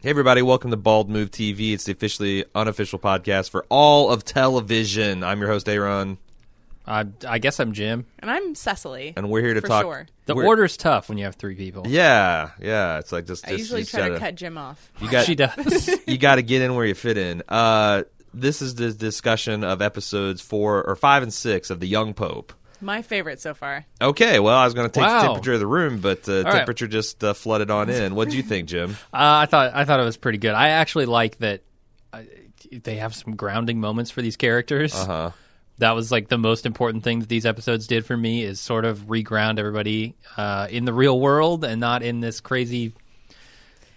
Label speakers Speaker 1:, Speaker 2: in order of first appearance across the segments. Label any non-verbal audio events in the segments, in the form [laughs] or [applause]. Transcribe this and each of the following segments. Speaker 1: Hey everybody, welcome to Bald Move TV. It's the officially unofficial podcast for all of television. I'm your host Aaron,
Speaker 2: I, I guess I'm Jim.
Speaker 3: And I'm Cecily.
Speaker 1: and we're here to
Speaker 3: For
Speaker 1: talk.
Speaker 3: sure.
Speaker 2: The
Speaker 1: we're-
Speaker 2: order's tough when you have three people.
Speaker 1: yeah, yeah. It's like just.
Speaker 3: I
Speaker 1: just-
Speaker 3: usually
Speaker 1: you
Speaker 3: try to
Speaker 1: gotta-
Speaker 3: cut Jim off.
Speaker 1: You got
Speaker 2: She [laughs] does.
Speaker 1: you got to get in where you fit in. Uh, this is the discussion of episodes four or five and six of the Young Pope.
Speaker 3: My favorite so far.
Speaker 1: Okay, well, I was going to take the
Speaker 2: Wow.
Speaker 1: temperature of the room, but uh,
Speaker 2: right.
Speaker 1: temperature just uh, flooded on in. What do you think, Jim?
Speaker 2: Uh, I thought I thought it was pretty good. I actually like that uh, they have some grounding moments for these characters. Uh-huh. That was like the most important thing that these episodes did for me is sort of reground everybody uh, in the real world and not in this crazy,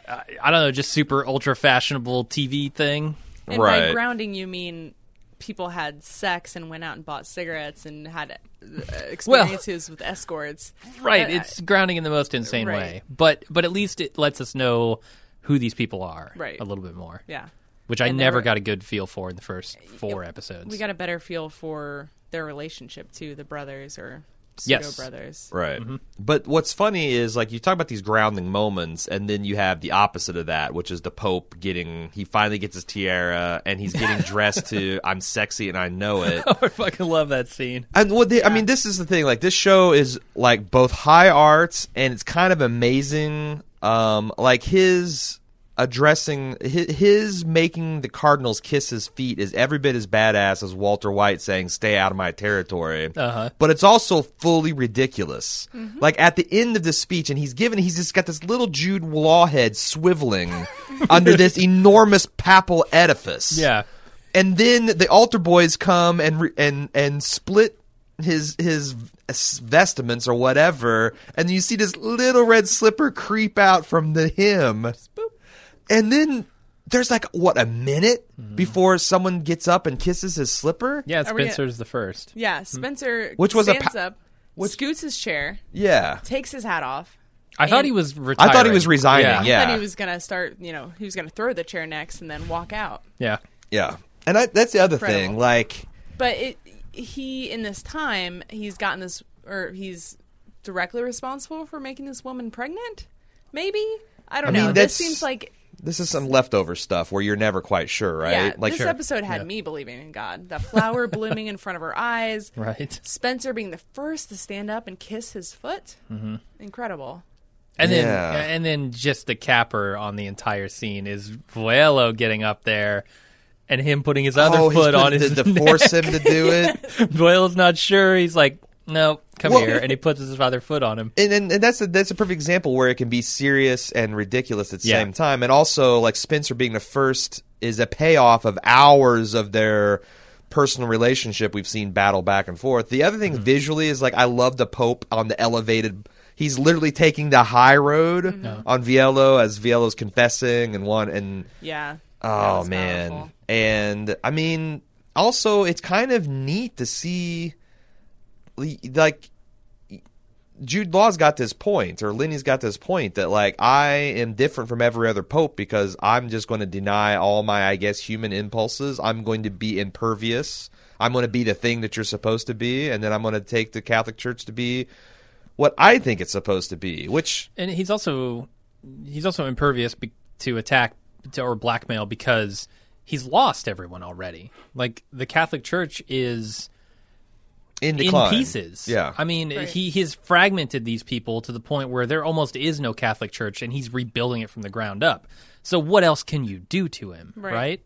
Speaker 2: uh, I don't know, just super ultra fashionable TV thing.
Speaker 3: And
Speaker 1: Right.
Speaker 3: by grounding, you mean people had sex and went out and bought cigarettes and had uh, experiences with escorts.
Speaker 2: Right,
Speaker 3: Uh,
Speaker 2: it's grounding in the most insane
Speaker 3: Right.
Speaker 2: way, but but at least it lets us know who these people are
Speaker 3: Right.
Speaker 2: a little bit more.
Speaker 3: Yeah.
Speaker 2: which I
Speaker 3: And they
Speaker 2: never
Speaker 3: were-
Speaker 2: got a good feel for in the first four episodes.
Speaker 3: We got a better feel for their relationship to the brothers or pseudo
Speaker 2: Yes.
Speaker 3: brothers.
Speaker 1: Right. But what's funny is like you talk about these grounding moments, and then you have the opposite of that, which is the Pope getting he finally gets his tiara and he's getting dressed to "I'm sexy and I know it."
Speaker 2: [laughs] I fucking love that scene.
Speaker 1: And what they, I mean, this is the thing. Like this show is like both high arts and it's kind of amazing. Um, like his addressing his, his making the Cardinals kiss his feet is every bit as badass as Walter White saying "Stay out of my territory." Uh-huh. But it's also fully ridiculous. Like at the end of this speech, and he's given, he's just got this little Jude Law head swiveling [laughs] under this enormous papal edifice
Speaker 2: Yeah.
Speaker 1: and then the altar boys come and re- and and split his his vestments or whatever, and you see this little red slipper creep out from the hymn, and then there's like what a minute before someone gets up and kisses his slipper.
Speaker 2: Mm-hmm. Yeah,
Speaker 3: Are we gonna-
Speaker 2: Spencer's the first.
Speaker 3: Yeah. Spencer
Speaker 1: Hmm. Which was a
Speaker 3: stands
Speaker 1: pa-
Speaker 3: up, scoots his chair,
Speaker 1: yeah.
Speaker 3: takes his hat off.
Speaker 2: I thought he was retiring.
Speaker 1: thought he was resigning, yeah.
Speaker 3: And he was going to start, you know, he was going to throw the chair next and then walk out.
Speaker 2: Yeah.
Speaker 1: yeah. And I, that's the other thing.
Speaker 3: Incredible.
Speaker 1: Like,
Speaker 3: But it, he, in this time, he's gotten this, or he's directly responsible for making this woman pregnant. Maybe I don't
Speaker 1: mean,
Speaker 3: know.
Speaker 1: that's-
Speaker 3: This seems like
Speaker 1: this is some leftover stuff where you're never quite sure, right?
Speaker 3: yeah.
Speaker 1: like,
Speaker 3: this episode had me believing in God. The flower blooming in front of
Speaker 1: [laughs]
Speaker 3: her eyes.
Speaker 2: Right.
Speaker 3: Spencer being the first to stand up and kiss his foot. Mm-hmm. Incredible.
Speaker 2: And
Speaker 1: Yeah.
Speaker 2: then and then just the capper on the entire scene is Vuelo getting up there and him putting his other
Speaker 1: oh, he's
Speaker 2: foot on
Speaker 1: putting-
Speaker 2: his
Speaker 1: did to
Speaker 2: [laughs] neck.
Speaker 1: force him to do it.
Speaker 2: Vuelo's not sure. He's like, "No, come
Speaker 1: Well-
Speaker 2: here." And he puts his other foot on him.
Speaker 1: and, and, and that's a, that's a perfect example where it can be serious and ridiculous at the
Speaker 2: Yeah.
Speaker 1: same time, and also like Spencer being the first is a payoff of hours of their personal relationship we've seen battle back and forth. The other thing visually is like I love the Pope on the elevated. He's literally taking the high road on Viello as Viello's confessing and one and
Speaker 3: Yeah. That
Speaker 1: Oh
Speaker 3: was
Speaker 1: man.
Speaker 3: powerful.
Speaker 1: And I mean, also it's kind of neat to see like Jude Law's got this point or Lenny's got this point that like I am different from every other pope because I'm just going to deny all my I guess human impulses. I'm going to be impervious. I'm going to be the thing that you're supposed to be and then I'm going to take the Catholic Church to be what I think it's supposed to be, which
Speaker 2: and he's also he's also impervious be- to attack to, or blackmail because he's lost everyone already. Like the Catholic Church is
Speaker 1: in
Speaker 2: in
Speaker 1: decline.
Speaker 2: pieces.
Speaker 1: Yeah.
Speaker 2: I mean, he he's fragmented these people to the point where there almost is no Catholic Church, and he's rebuilding it from the ground up. So what else can you do to him, right?
Speaker 3: Right.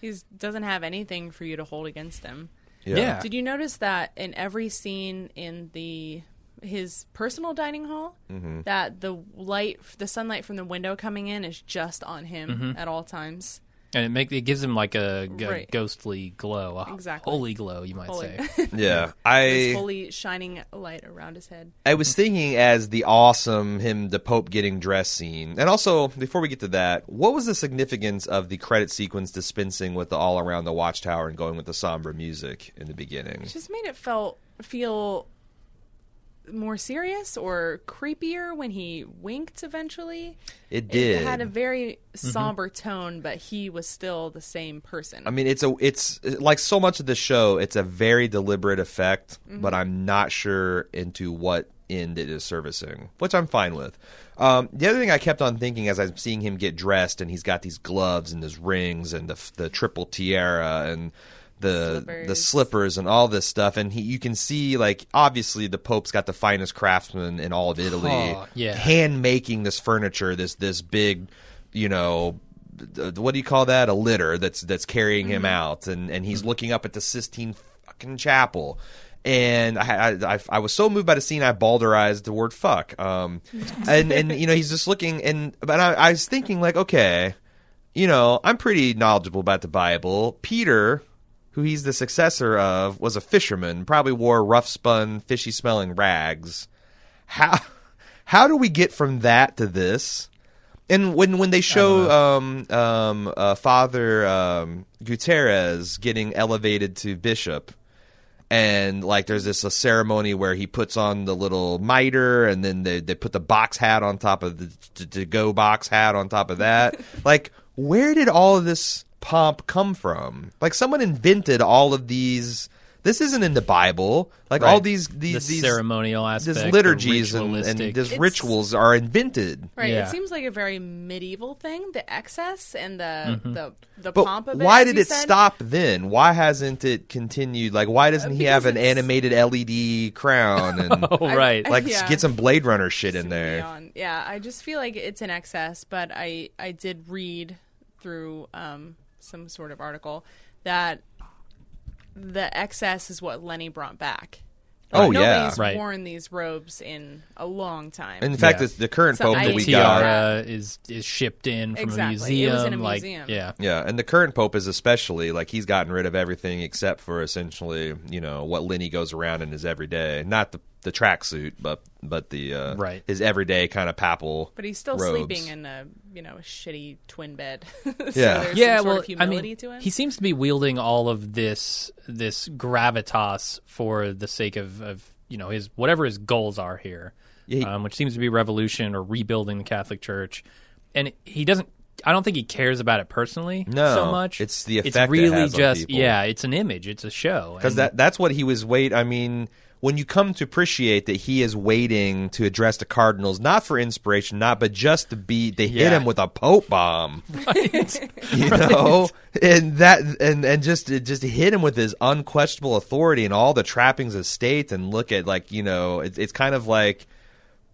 Speaker 3: He doesn't have anything for you to hold against him.
Speaker 2: Yeah.
Speaker 3: Did you notice that in every scene in the his personal dining hall,
Speaker 1: Mm-hmm.
Speaker 3: that the light, the sunlight from the window coming in is just on him at all times.
Speaker 2: and it make it gives him like a, g-
Speaker 3: Right.
Speaker 2: ghostly glow, a
Speaker 3: Exactly.
Speaker 2: holy glow, you might
Speaker 3: Holy.
Speaker 2: say.
Speaker 1: Yeah. I
Speaker 3: This fully shining light around his head.
Speaker 1: I was thinking as the awesome him the Pope getting dressed scene, and also before we get to that, what was the significance of the credit sequence dispensing with the all around the watchtower and going with the somber music in the beginning?
Speaker 3: Just made it felt feel more serious or creepier when he winked eventually.
Speaker 1: It did.
Speaker 3: It had a very somber tone, but he was still the same person.
Speaker 1: I mean, it's a it's like so much of the show. It's a very deliberate effect, but I'm not sure into what end it is servicing, which I'm fine with. Um, the other thing I kept on thinking as I'm seeing him get dressed, and he's got these gloves and his rings and the f- the triple tiara and the the
Speaker 3: Slippers.
Speaker 1: slippers and all this stuff, and he you can see like obviously the Pope's got the finest craftsmen in all of Italy,
Speaker 2: Oh, yeah.
Speaker 1: hand making this furniture, this this big, you know, th- what do you call that? A litter that's that's carrying him out, and and he's looking up at the Sistine fucking chapel. And I, I- I, I was so moved by the scene, I balderized the word "fuck." Um, and and you know he's just looking, and but I, I was thinking like, okay, you know, I'm pretty knowledgeable about the Bible. Peter, who he's the successor of, was a fisherman, probably wore rough spun, fishy smelling rags. How how do we get from that to this? And when when they show um, um, uh, Father um, Gutierrez getting elevated to bishop, and like there's this a ceremony where he puts on the little mitre and then they, they put the box hat on top of the to, to go box hat on top of
Speaker 2: [laughs]
Speaker 1: that like where did all of this pomp come from like someone invented all of these this isn't in the bible like all
Speaker 2: Right.
Speaker 1: these [laughs] these
Speaker 2: the
Speaker 1: these
Speaker 2: ceremonial aspect,
Speaker 1: these
Speaker 2: the
Speaker 1: liturgies and, and
Speaker 2: ritualistic-
Speaker 1: these
Speaker 3: It's-
Speaker 1: rituals are invented
Speaker 3: Right.
Speaker 2: Yeah.
Speaker 3: It seems like a very medieval thing, the excess and the
Speaker 2: Mm-hmm.
Speaker 3: the the pomp
Speaker 1: but
Speaker 3: of it.
Speaker 1: why
Speaker 3: as
Speaker 1: did
Speaker 3: you
Speaker 1: it
Speaker 3: said.
Speaker 1: stop then? Why hasn't it continued? Like, why doesn't he
Speaker 3: Uh, because
Speaker 1: have an
Speaker 3: it's-
Speaker 1: animated LED crown
Speaker 2: [laughs]
Speaker 1: and
Speaker 2: [laughs] oh right,
Speaker 3: I-
Speaker 1: like
Speaker 3: Yeah.
Speaker 1: get some Blade Runner shit in
Speaker 3: Moving
Speaker 1: there?
Speaker 3: on. Yeah, I just feel like it's in excess, but I I did read through um some sort of article that the excess is what Lenny brought back.
Speaker 1: Oh, yeah.
Speaker 3: Nobody's
Speaker 2: Right.
Speaker 3: worn these robes in a long time.
Speaker 1: In fact,
Speaker 2: Yeah.
Speaker 1: the, the current
Speaker 3: So
Speaker 1: pope
Speaker 3: I-
Speaker 1: that we got,
Speaker 2: tiara uh, is is shipped in from a
Speaker 3: Exactly.
Speaker 2: museum.
Speaker 3: It was in a
Speaker 2: like,
Speaker 3: museum.
Speaker 2: Yeah,
Speaker 1: yeah, and the current pope is especially like he's gotten rid of everything except for essentially, you know, what Lenny goes around in his everyday, not the the tracksuit, but but the uh,
Speaker 2: Right.
Speaker 1: his everyday kind of papal.
Speaker 3: but he's still
Speaker 1: robes.
Speaker 3: sleeping in a you know a shitty twin bed. [laughs] so
Speaker 1: Yeah.
Speaker 3: there's
Speaker 2: yeah.
Speaker 3: some
Speaker 2: well,
Speaker 3: sort of humility
Speaker 2: I mean,
Speaker 3: to him.
Speaker 2: he seems to be wielding all of this this gravitas for the sake of of you know his whatever his goals are here,
Speaker 1: Yeah, he-
Speaker 2: um, which seems to be revolution or rebuilding the Catholic Church, and he doesn't. I don't think he cares about it personally
Speaker 1: No,
Speaker 2: so much.
Speaker 1: it's the effect it
Speaker 2: It's really
Speaker 1: has on
Speaker 2: just
Speaker 1: people.
Speaker 2: yeah. It's an image. It's a show.
Speaker 1: because
Speaker 2: and-
Speaker 1: that that's what he was wait. I mean, when you come to appreciate that he is waiting to address the cardinals, not for inspiration, not but just to be to hit
Speaker 2: Yeah.
Speaker 1: him with a pope bomb, [laughs] you know, and that and and just it just hit him with his unquestionable authority and all the trappings of state, and look at like you know, it's it's kind of like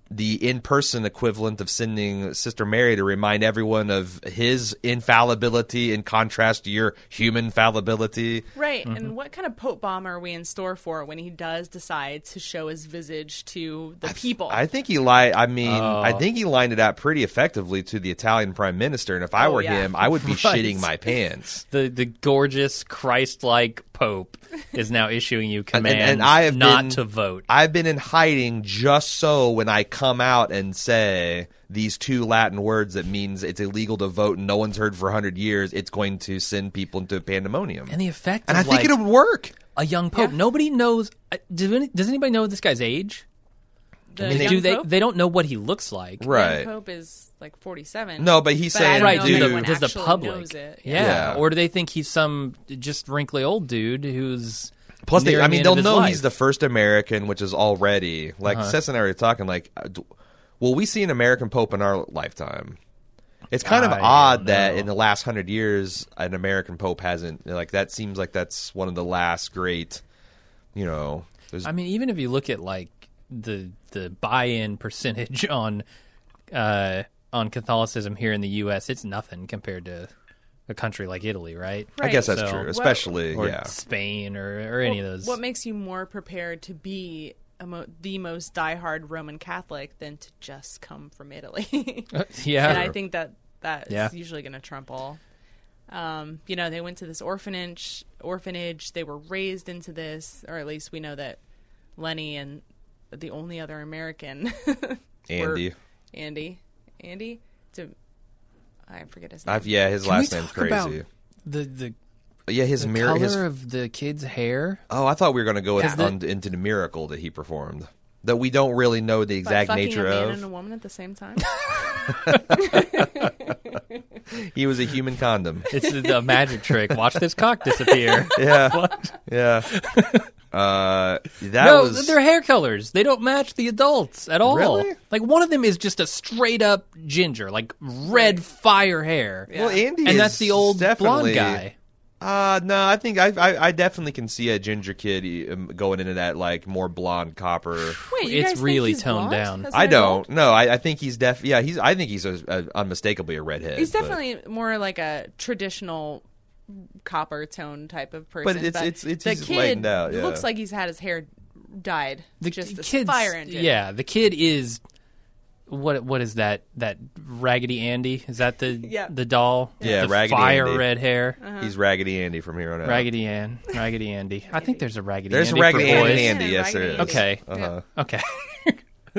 Speaker 1: the in-person equivalent of sending Sister Mary to remind everyone of his infallibility in contrast to your human fallibility.
Speaker 3: Right, and
Speaker 2: Mm-hmm.
Speaker 3: what kind of pope bomb are we in store for when he does decide to show his visage to the people?
Speaker 1: I think he lied. I mean, I think he lined it out pretty effectively to the Italian prime minister. And if I
Speaker 3: Oh,
Speaker 1: were
Speaker 3: yeah.
Speaker 1: him, I would be shitting my pants.
Speaker 2: the the gorgeous Christ-like
Speaker 3: [laughs]
Speaker 2: Pope is now issuing you
Speaker 1: And- and-
Speaker 2: commands
Speaker 1: and I have
Speaker 2: not
Speaker 1: been-
Speaker 2: to vote.
Speaker 1: I've been in hiding just so when I come out and say these two Latin words that means it's illegal to vote and no one's heard for hundred years. It's going to send people into pandemonium.
Speaker 2: and the effect
Speaker 1: And I
Speaker 2: is
Speaker 1: think
Speaker 2: like
Speaker 1: it would work.
Speaker 2: a young pope. Nobody knows. uh, Do any, does anybody know this guy's age?
Speaker 3: the
Speaker 1: mean,
Speaker 3: young
Speaker 2: Do they?
Speaker 3: pope?
Speaker 2: They don't know what he looks like.
Speaker 3: Young
Speaker 1: Right.
Speaker 3: pope is like forty-seven.
Speaker 1: No, but he's
Speaker 3: But I
Speaker 1: saying,
Speaker 3: don't
Speaker 2: Right?
Speaker 3: know
Speaker 2: Do
Speaker 3: if
Speaker 1: dude,
Speaker 2: the,
Speaker 3: anyone
Speaker 2: does the
Speaker 3: actually
Speaker 2: public?
Speaker 3: knows it.
Speaker 2: Yeah.
Speaker 1: Yeah.
Speaker 2: Or do they think he's some just wrinkly old dude who's
Speaker 1: Plus, they,
Speaker 2: nearing
Speaker 1: I
Speaker 2: the
Speaker 1: mean,
Speaker 2: end
Speaker 1: they'll
Speaker 2: of his
Speaker 1: know
Speaker 2: life? Uh-huh.
Speaker 1: he's the first American, which is already like Seth and I were talking. Like, uh, d- will we see an American Pope in our lifetime? It's kind of
Speaker 2: I don't
Speaker 1: odd that
Speaker 2: know.
Speaker 1: in the last hundred years, an American Pope hasn't. Like, that seems like that's one of the last great. You know, there's
Speaker 2: I mean, even if you look at like the the buy-in percentage [laughs] on uh, on Catholicism here in the U.S., it's nothing compared to a country like Italy, right?
Speaker 1: I guess that's
Speaker 2: so-
Speaker 1: true,
Speaker 2: Well,
Speaker 1: especially
Speaker 2: Or
Speaker 1: yeah.
Speaker 2: Spain or, or any of those.
Speaker 3: What makes you more prepared to be a mo- the most diehard Roman Catholic than to just come from Italy? [laughs]
Speaker 2: [laughs] yeah,
Speaker 3: and I think that that is
Speaker 2: Yeah.
Speaker 3: usually going to trump all. Um, you know, they went to this orphanage. Orphanage. They were raised into this, or at least we know that Lenny and the only other American, [laughs]
Speaker 1: Andy,
Speaker 3: were- Andy, Andy. To, I forget his name.
Speaker 1: I've, yeah, his
Speaker 2: Can we
Speaker 1: last name's
Speaker 2: talk about
Speaker 1: crazy.
Speaker 2: the the
Speaker 1: But yeah, his mirror.
Speaker 2: color
Speaker 1: His,
Speaker 2: of the kid's hair.
Speaker 1: oh, I thought we were going to go
Speaker 3: Yeah.
Speaker 1: on, into the miracle that he performed. That we don't really know the
Speaker 3: By
Speaker 1: exact
Speaker 3: fucking
Speaker 1: nature
Speaker 3: a man
Speaker 1: of.
Speaker 3: and a woman at the
Speaker 2: [laughs]
Speaker 3: same time.
Speaker 1: He was a human
Speaker 2: [laughs]
Speaker 1: condom. [laughs]
Speaker 2: [laughs] It's a, a magic trick. Watch this cock disappear.
Speaker 1: Yeah. Yeah. Uh, that
Speaker 2: no,
Speaker 1: was
Speaker 2: their hair colors. They don't match the adults at all.
Speaker 1: Really?
Speaker 2: Like one of them is just a straight up ginger, like red fire hair.
Speaker 1: well, Andy,
Speaker 2: And
Speaker 1: is
Speaker 2: that's the old
Speaker 1: definitely-
Speaker 2: blonde guy.
Speaker 1: Uh, no, I think I, I I definitely can see a ginger kid um, going into that like more blonde copper.
Speaker 3: Wait, you
Speaker 2: It's
Speaker 3: guys think
Speaker 2: really
Speaker 3: he's
Speaker 2: toned
Speaker 3: blonde
Speaker 2: down.
Speaker 3: as an
Speaker 1: I
Speaker 3: adult?
Speaker 1: don't. No, I, I think he's def. Yeah, he's. I think he's a, a, unmistakably a redhead.
Speaker 3: He's
Speaker 1: but-
Speaker 3: definitely more like a traditional copper tone type of person.
Speaker 1: it's- it's- it's-
Speaker 3: the
Speaker 1: he's
Speaker 3: kid
Speaker 1: lightened out, yeah.
Speaker 3: looks like he's had his hair dyed.
Speaker 2: The
Speaker 3: just this
Speaker 2: kid's-
Speaker 3: fire engine.
Speaker 2: Yeah, the kid is what what is that? That Raggedy Andy? Is that the
Speaker 3: [laughs] Yeah. Uh-huh.
Speaker 2: the doll? with
Speaker 1: Yeah,
Speaker 2: the
Speaker 1: Raggedy
Speaker 2: fire
Speaker 1: Andy.
Speaker 2: red hair.
Speaker 1: He's Raggedy Andy from here on out.
Speaker 2: Raggedy Ann, Raggedy Andy. I think there's a Raggedy
Speaker 1: There's
Speaker 2: Andy
Speaker 1: Raggedy
Speaker 2: for
Speaker 1: Andy.
Speaker 2: boys.
Speaker 1: and Andy, yes, there is.
Speaker 2: Okay.
Speaker 1: Uh-huh.
Speaker 2: Okay. [laughs]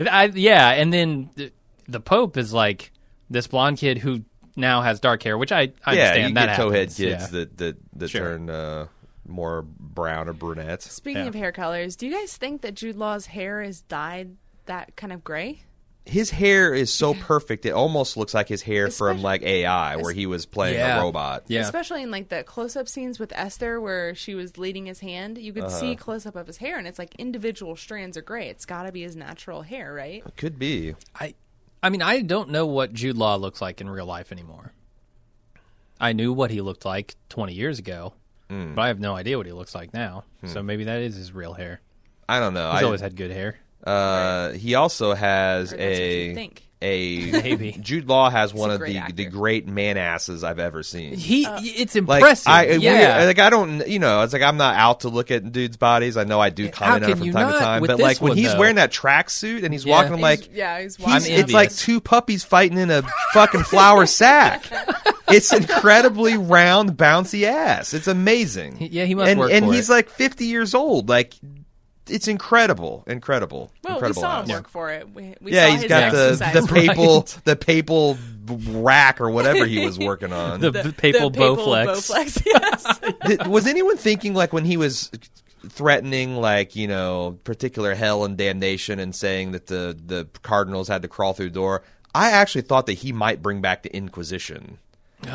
Speaker 2: I, yeah, and then the, the Pope is like this blonde kid who now has dark hair, which I, I
Speaker 1: yeah,
Speaker 2: understand
Speaker 1: you
Speaker 2: that
Speaker 1: get towhead
Speaker 2: happens.
Speaker 1: kids
Speaker 2: yeah.
Speaker 1: that that that
Speaker 2: Sure.
Speaker 1: turn uh, more brown or brunette.
Speaker 3: Speaking
Speaker 2: Yeah.
Speaker 3: of hair colors, do you guys think that Jude Law's hair is dyed that kind of gray?
Speaker 1: His hair is so perfect; it almost looks like his hair from
Speaker 3: Especially-
Speaker 1: like AI, where he was playing
Speaker 2: Yeah.
Speaker 1: a robot.
Speaker 2: Yeah.
Speaker 3: Especially in like the close-up scenes with Esther, where she was leading his hand, you could see
Speaker 1: Uh-huh.
Speaker 3: close-up of his hair, and it's like individual strands are gray. It's got to be his natural hair, right?
Speaker 1: could be.
Speaker 2: I I mean, I don't know what Jude Law looks like in real life anymore. I knew what he looked like 20 years ago,
Speaker 1: Hmm.
Speaker 2: but I have no idea what he looks like now. So maybe that is his real hair.
Speaker 1: I don't know.
Speaker 2: He's
Speaker 1: Hmm. I,
Speaker 2: always had good hair.
Speaker 1: Uh, he also has
Speaker 3: Or that's what
Speaker 1: a
Speaker 3: you think.
Speaker 1: a
Speaker 2: [laughs] Maybe.
Speaker 1: Jude Law has one
Speaker 3: a
Speaker 1: of
Speaker 3: great
Speaker 1: the
Speaker 3: actor.
Speaker 1: the great man asses I've ever seen.
Speaker 2: He it's
Speaker 1: Like
Speaker 2: impressive.
Speaker 1: I we-
Speaker 2: yeah.
Speaker 1: like I don't you know it's like I'm not out to look at dudes' bodies. I know I do comment on
Speaker 2: can
Speaker 1: it from
Speaker 2: you
Speaker 1: time to
Speaker 2: not
Speaker 1: time,
Speaker 2: with
Speaker 1: but
Speaker 2: this
Speaker 1: like when
Speaker 2: one,
Speaker 1: he's
Speaker 2: though?
Speaker 1: wearing that tracksuit and he's
Speaker 2: Yeah.
Speaker 1: walking I'm like
Speaker 3: He's- yeah, he's
Speaker 1: he's,
Speaker 3: wild.
Speaker 2: I'm
Speaker 1: it's like
Speaker 2: envious.
Speaker 1: two puppies fighting in a fucking
Speaker 3: [laughs]
Speaker 1: flour sack. It's incredibly round, bouncy ass. It's amazing.
Speaker 2: yeah, he must
Speaker 1: and,
Speaker 2: work
Speaker 1: And
Speaker 2: for
Speaker 1: he's
Speaker 2: it.
Speaker 1: like 50 years old. Like, it's incredible, incredible,
Speaker 3: Well, we
Speaker 1: incredible.
Speaker 3: saw
Speaker 1: ass.
Speaker 3: him work for it. We, we
Speaker 1: yeah,
Speaker 3: saw
Speaker 1: he's
Speaker 3: his
Speaker 1: got the
Speaker 3: exercise
Speaker 1: the
Speaker 3: work. [laughs]
Speaker 1: papal the papal rack or whatever he was working on.
Speaker 2: the, the papal Bowflex.
Speaker 3: Bowflex, [laughs] yes.
Speaker 1: Th- was anyone thinking like when he was threatening like you know particular hell and damnation and saying that the the cardinals had to crawl through the door i actually thought that he might bring back the inquisition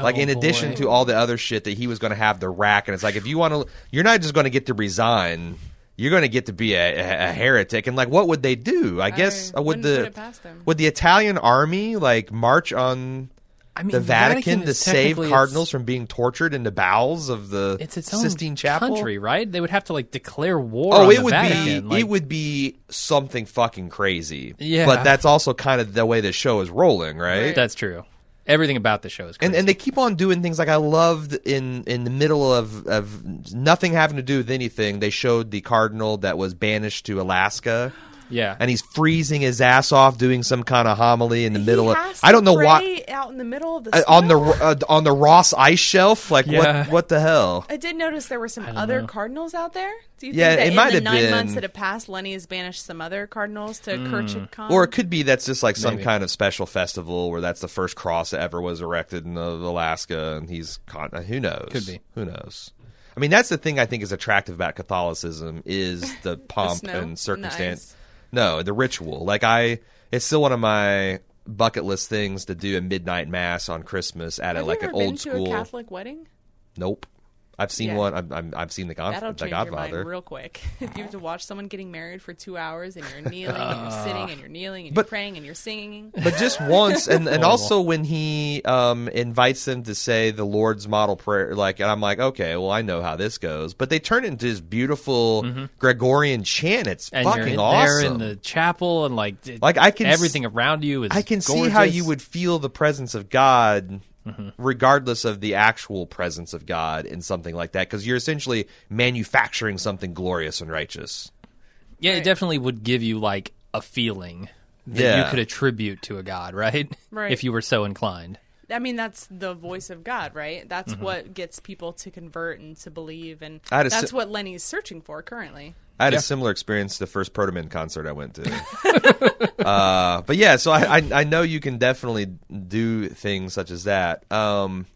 Speaker 1: like in
Speaker 2: boy.
Speaker 1: addition to all the other shit that he was going to have the rack and it's like if you want to you're not just going to get to resign you're going to get to be a, a- a heretic and like what would they do i guess uh, would
Speaker 3: wouldn't put
Speaker 1: the
Speaker 3: it past them.
Speaker 1: would the italian army like march on
Speaker 2: I mean,
Speaker 1: the Vatican, to
Speaker 2: is
Speaker 1: save
Speaker 2: technically
Speaker 1: cardinals from being tortured in the bowels of the
Speaker 2: It's, it's its own
Speaker 1: Sistine Chapel.
Speaker 2: country, right? They would have to like declare war.
Speaker 1: Oh,
Speaker 2: on
Speaker 1: it
Speaker 2: the
Speaker 1: would
Speaker 2: Vatican.
Speaker 1: be
Speaker 2: Like,
Speaker 1: it would be something fucking crazy.
Speaker 2: Yeah.
Speaker 1: but that's also kind of the way the show is rolling, right?
Speaker 2: That's true. Everything about the show is
Speaker 1: And
Speaker 2: crazy.
Speaker 1: and they keep on doing things like I loved in in the middle of of nothing having to do with anything. They showed the cardinal that was banished to Alaska.
Speaker 2: yeah,
Speaker 1: And he's freezing his ass off doing some kind of homily in the middle
Speaker 3: He
Speaker 1: of.
Speaker 3: has
Speaker 1: I don't
Speaker 3: to
Speaker 1: know why
Speaker 3: pray out in the middle of the
Speaker 1: uh, on the
Speaker 3: snow.
Speaker 1: uh, on the Ross ice shelf. Like
Speaker 2: Yeah.
Speaker 1: what what the hell?
Speaker 3: I did notice there were some other cardinals out there. Do you
Speaker 1: Yeah,
Speaker 3: think that
Speaker 1: it
Speaker 3: in
Speaker 1: might
Speaker 3: the
Speaker 1: have
Speaker 3: nine
Speaker 1: been-
Speaker 3: months that have passed, Lenny has banished some other cardinals to Kurchikon?
Speaker 1: Or it could be that's just like some
Speaker 2: Maybe.
Speaker 1: kind of special festival where that's the first cross that ever was erected in uh, Alaska, and he's con- uh, who knows?
Speaker 2: Could be.
Speaker 1: who knows? I mean, that's the thing I think is attractive about Catholicism
Speaker 3: [laughs]
Speaker 1: is the pomp
Speaker 3: snow and the
Speaker 1: and circumstance.
Speaker 3: ice.
Speaker 1: No, the ritual. Like I, it's still one of my bucket list things to do a midnight mass on Christmas at a,
Speaker 3: have
Speaker 1: like
Speaker 3: you
Speaker 1: an
Speaker 3: ever
Speaker 1: old
Speaker 3: been
Speaker 1: school.
Speaker 3: to a Catholic wedding?
Speaker 1: Nope, I've seen
Speaker 3: Yeah.
Speaker 1: one. I'm, I'm, I've seen the,
Speaker 3: That'll
Speaker 1: God, the
Speaker 3: change your
Speaker 1: Godfather.
Speaker 3: mind real quick. [laughs] if you have to watch someone getting married for two hours and you're kneeling and [laughs] you're sitting and you're kneeling and you're
Speaker 1: But-
Speaker 3: praying and you're singing.
Speaker 1: but
Speaker 2: [laughs]
Speaker 1: just once and, and
Speaker 2: Horrible.
Speaker 1: also when he um, invites them to say the lord's model prayer like and i'm like okay well i know how this goes but they turn it into this beautiful gregorian chant it's
Speaker 2: Mm-hmm. and
Speaker 1: fucking
Speaker 2: you're in
Speaker 1: awesome
Speaker 2: there in the chapel, and like, d-
Speaker 1: Like, I can s-
Speaker 2: everything around you is.
Speaker 1: i can see how
Speaker 2: gorgeous. Mm-hmm.
Speaker 1: you would feel the presence of god regardless of the actual presence of god in something like that because you're essentially manufacturing something glorious and righteous
Speaker 2: Yeah, it
Speaker 3: Right.
Speaker 2: definitely would give you like a feeling that you
Speaker 1: Yeah.
Speaker 2: could attribute to a god, [laughs] right?
Speaker 3: Right.
Speaker 2: If you were so inclined.
Speaker 3: I mean, that's the voice of God, right? That's what gets people to convert and to believe, and
Speaker 1: I had a
Speaker 3: that's
Speaker 1: si-
Speaker 3: what Lenny's searching for currently.
Speaker 1: I had
Speaker 2: Yeah.
Speaker 1: a similar experience the first Protoman concert I went to.
Speaker 3: [laughs]
Speaker 1: uh, but yeah, so I, I I know you can definitely do things such as that. Um,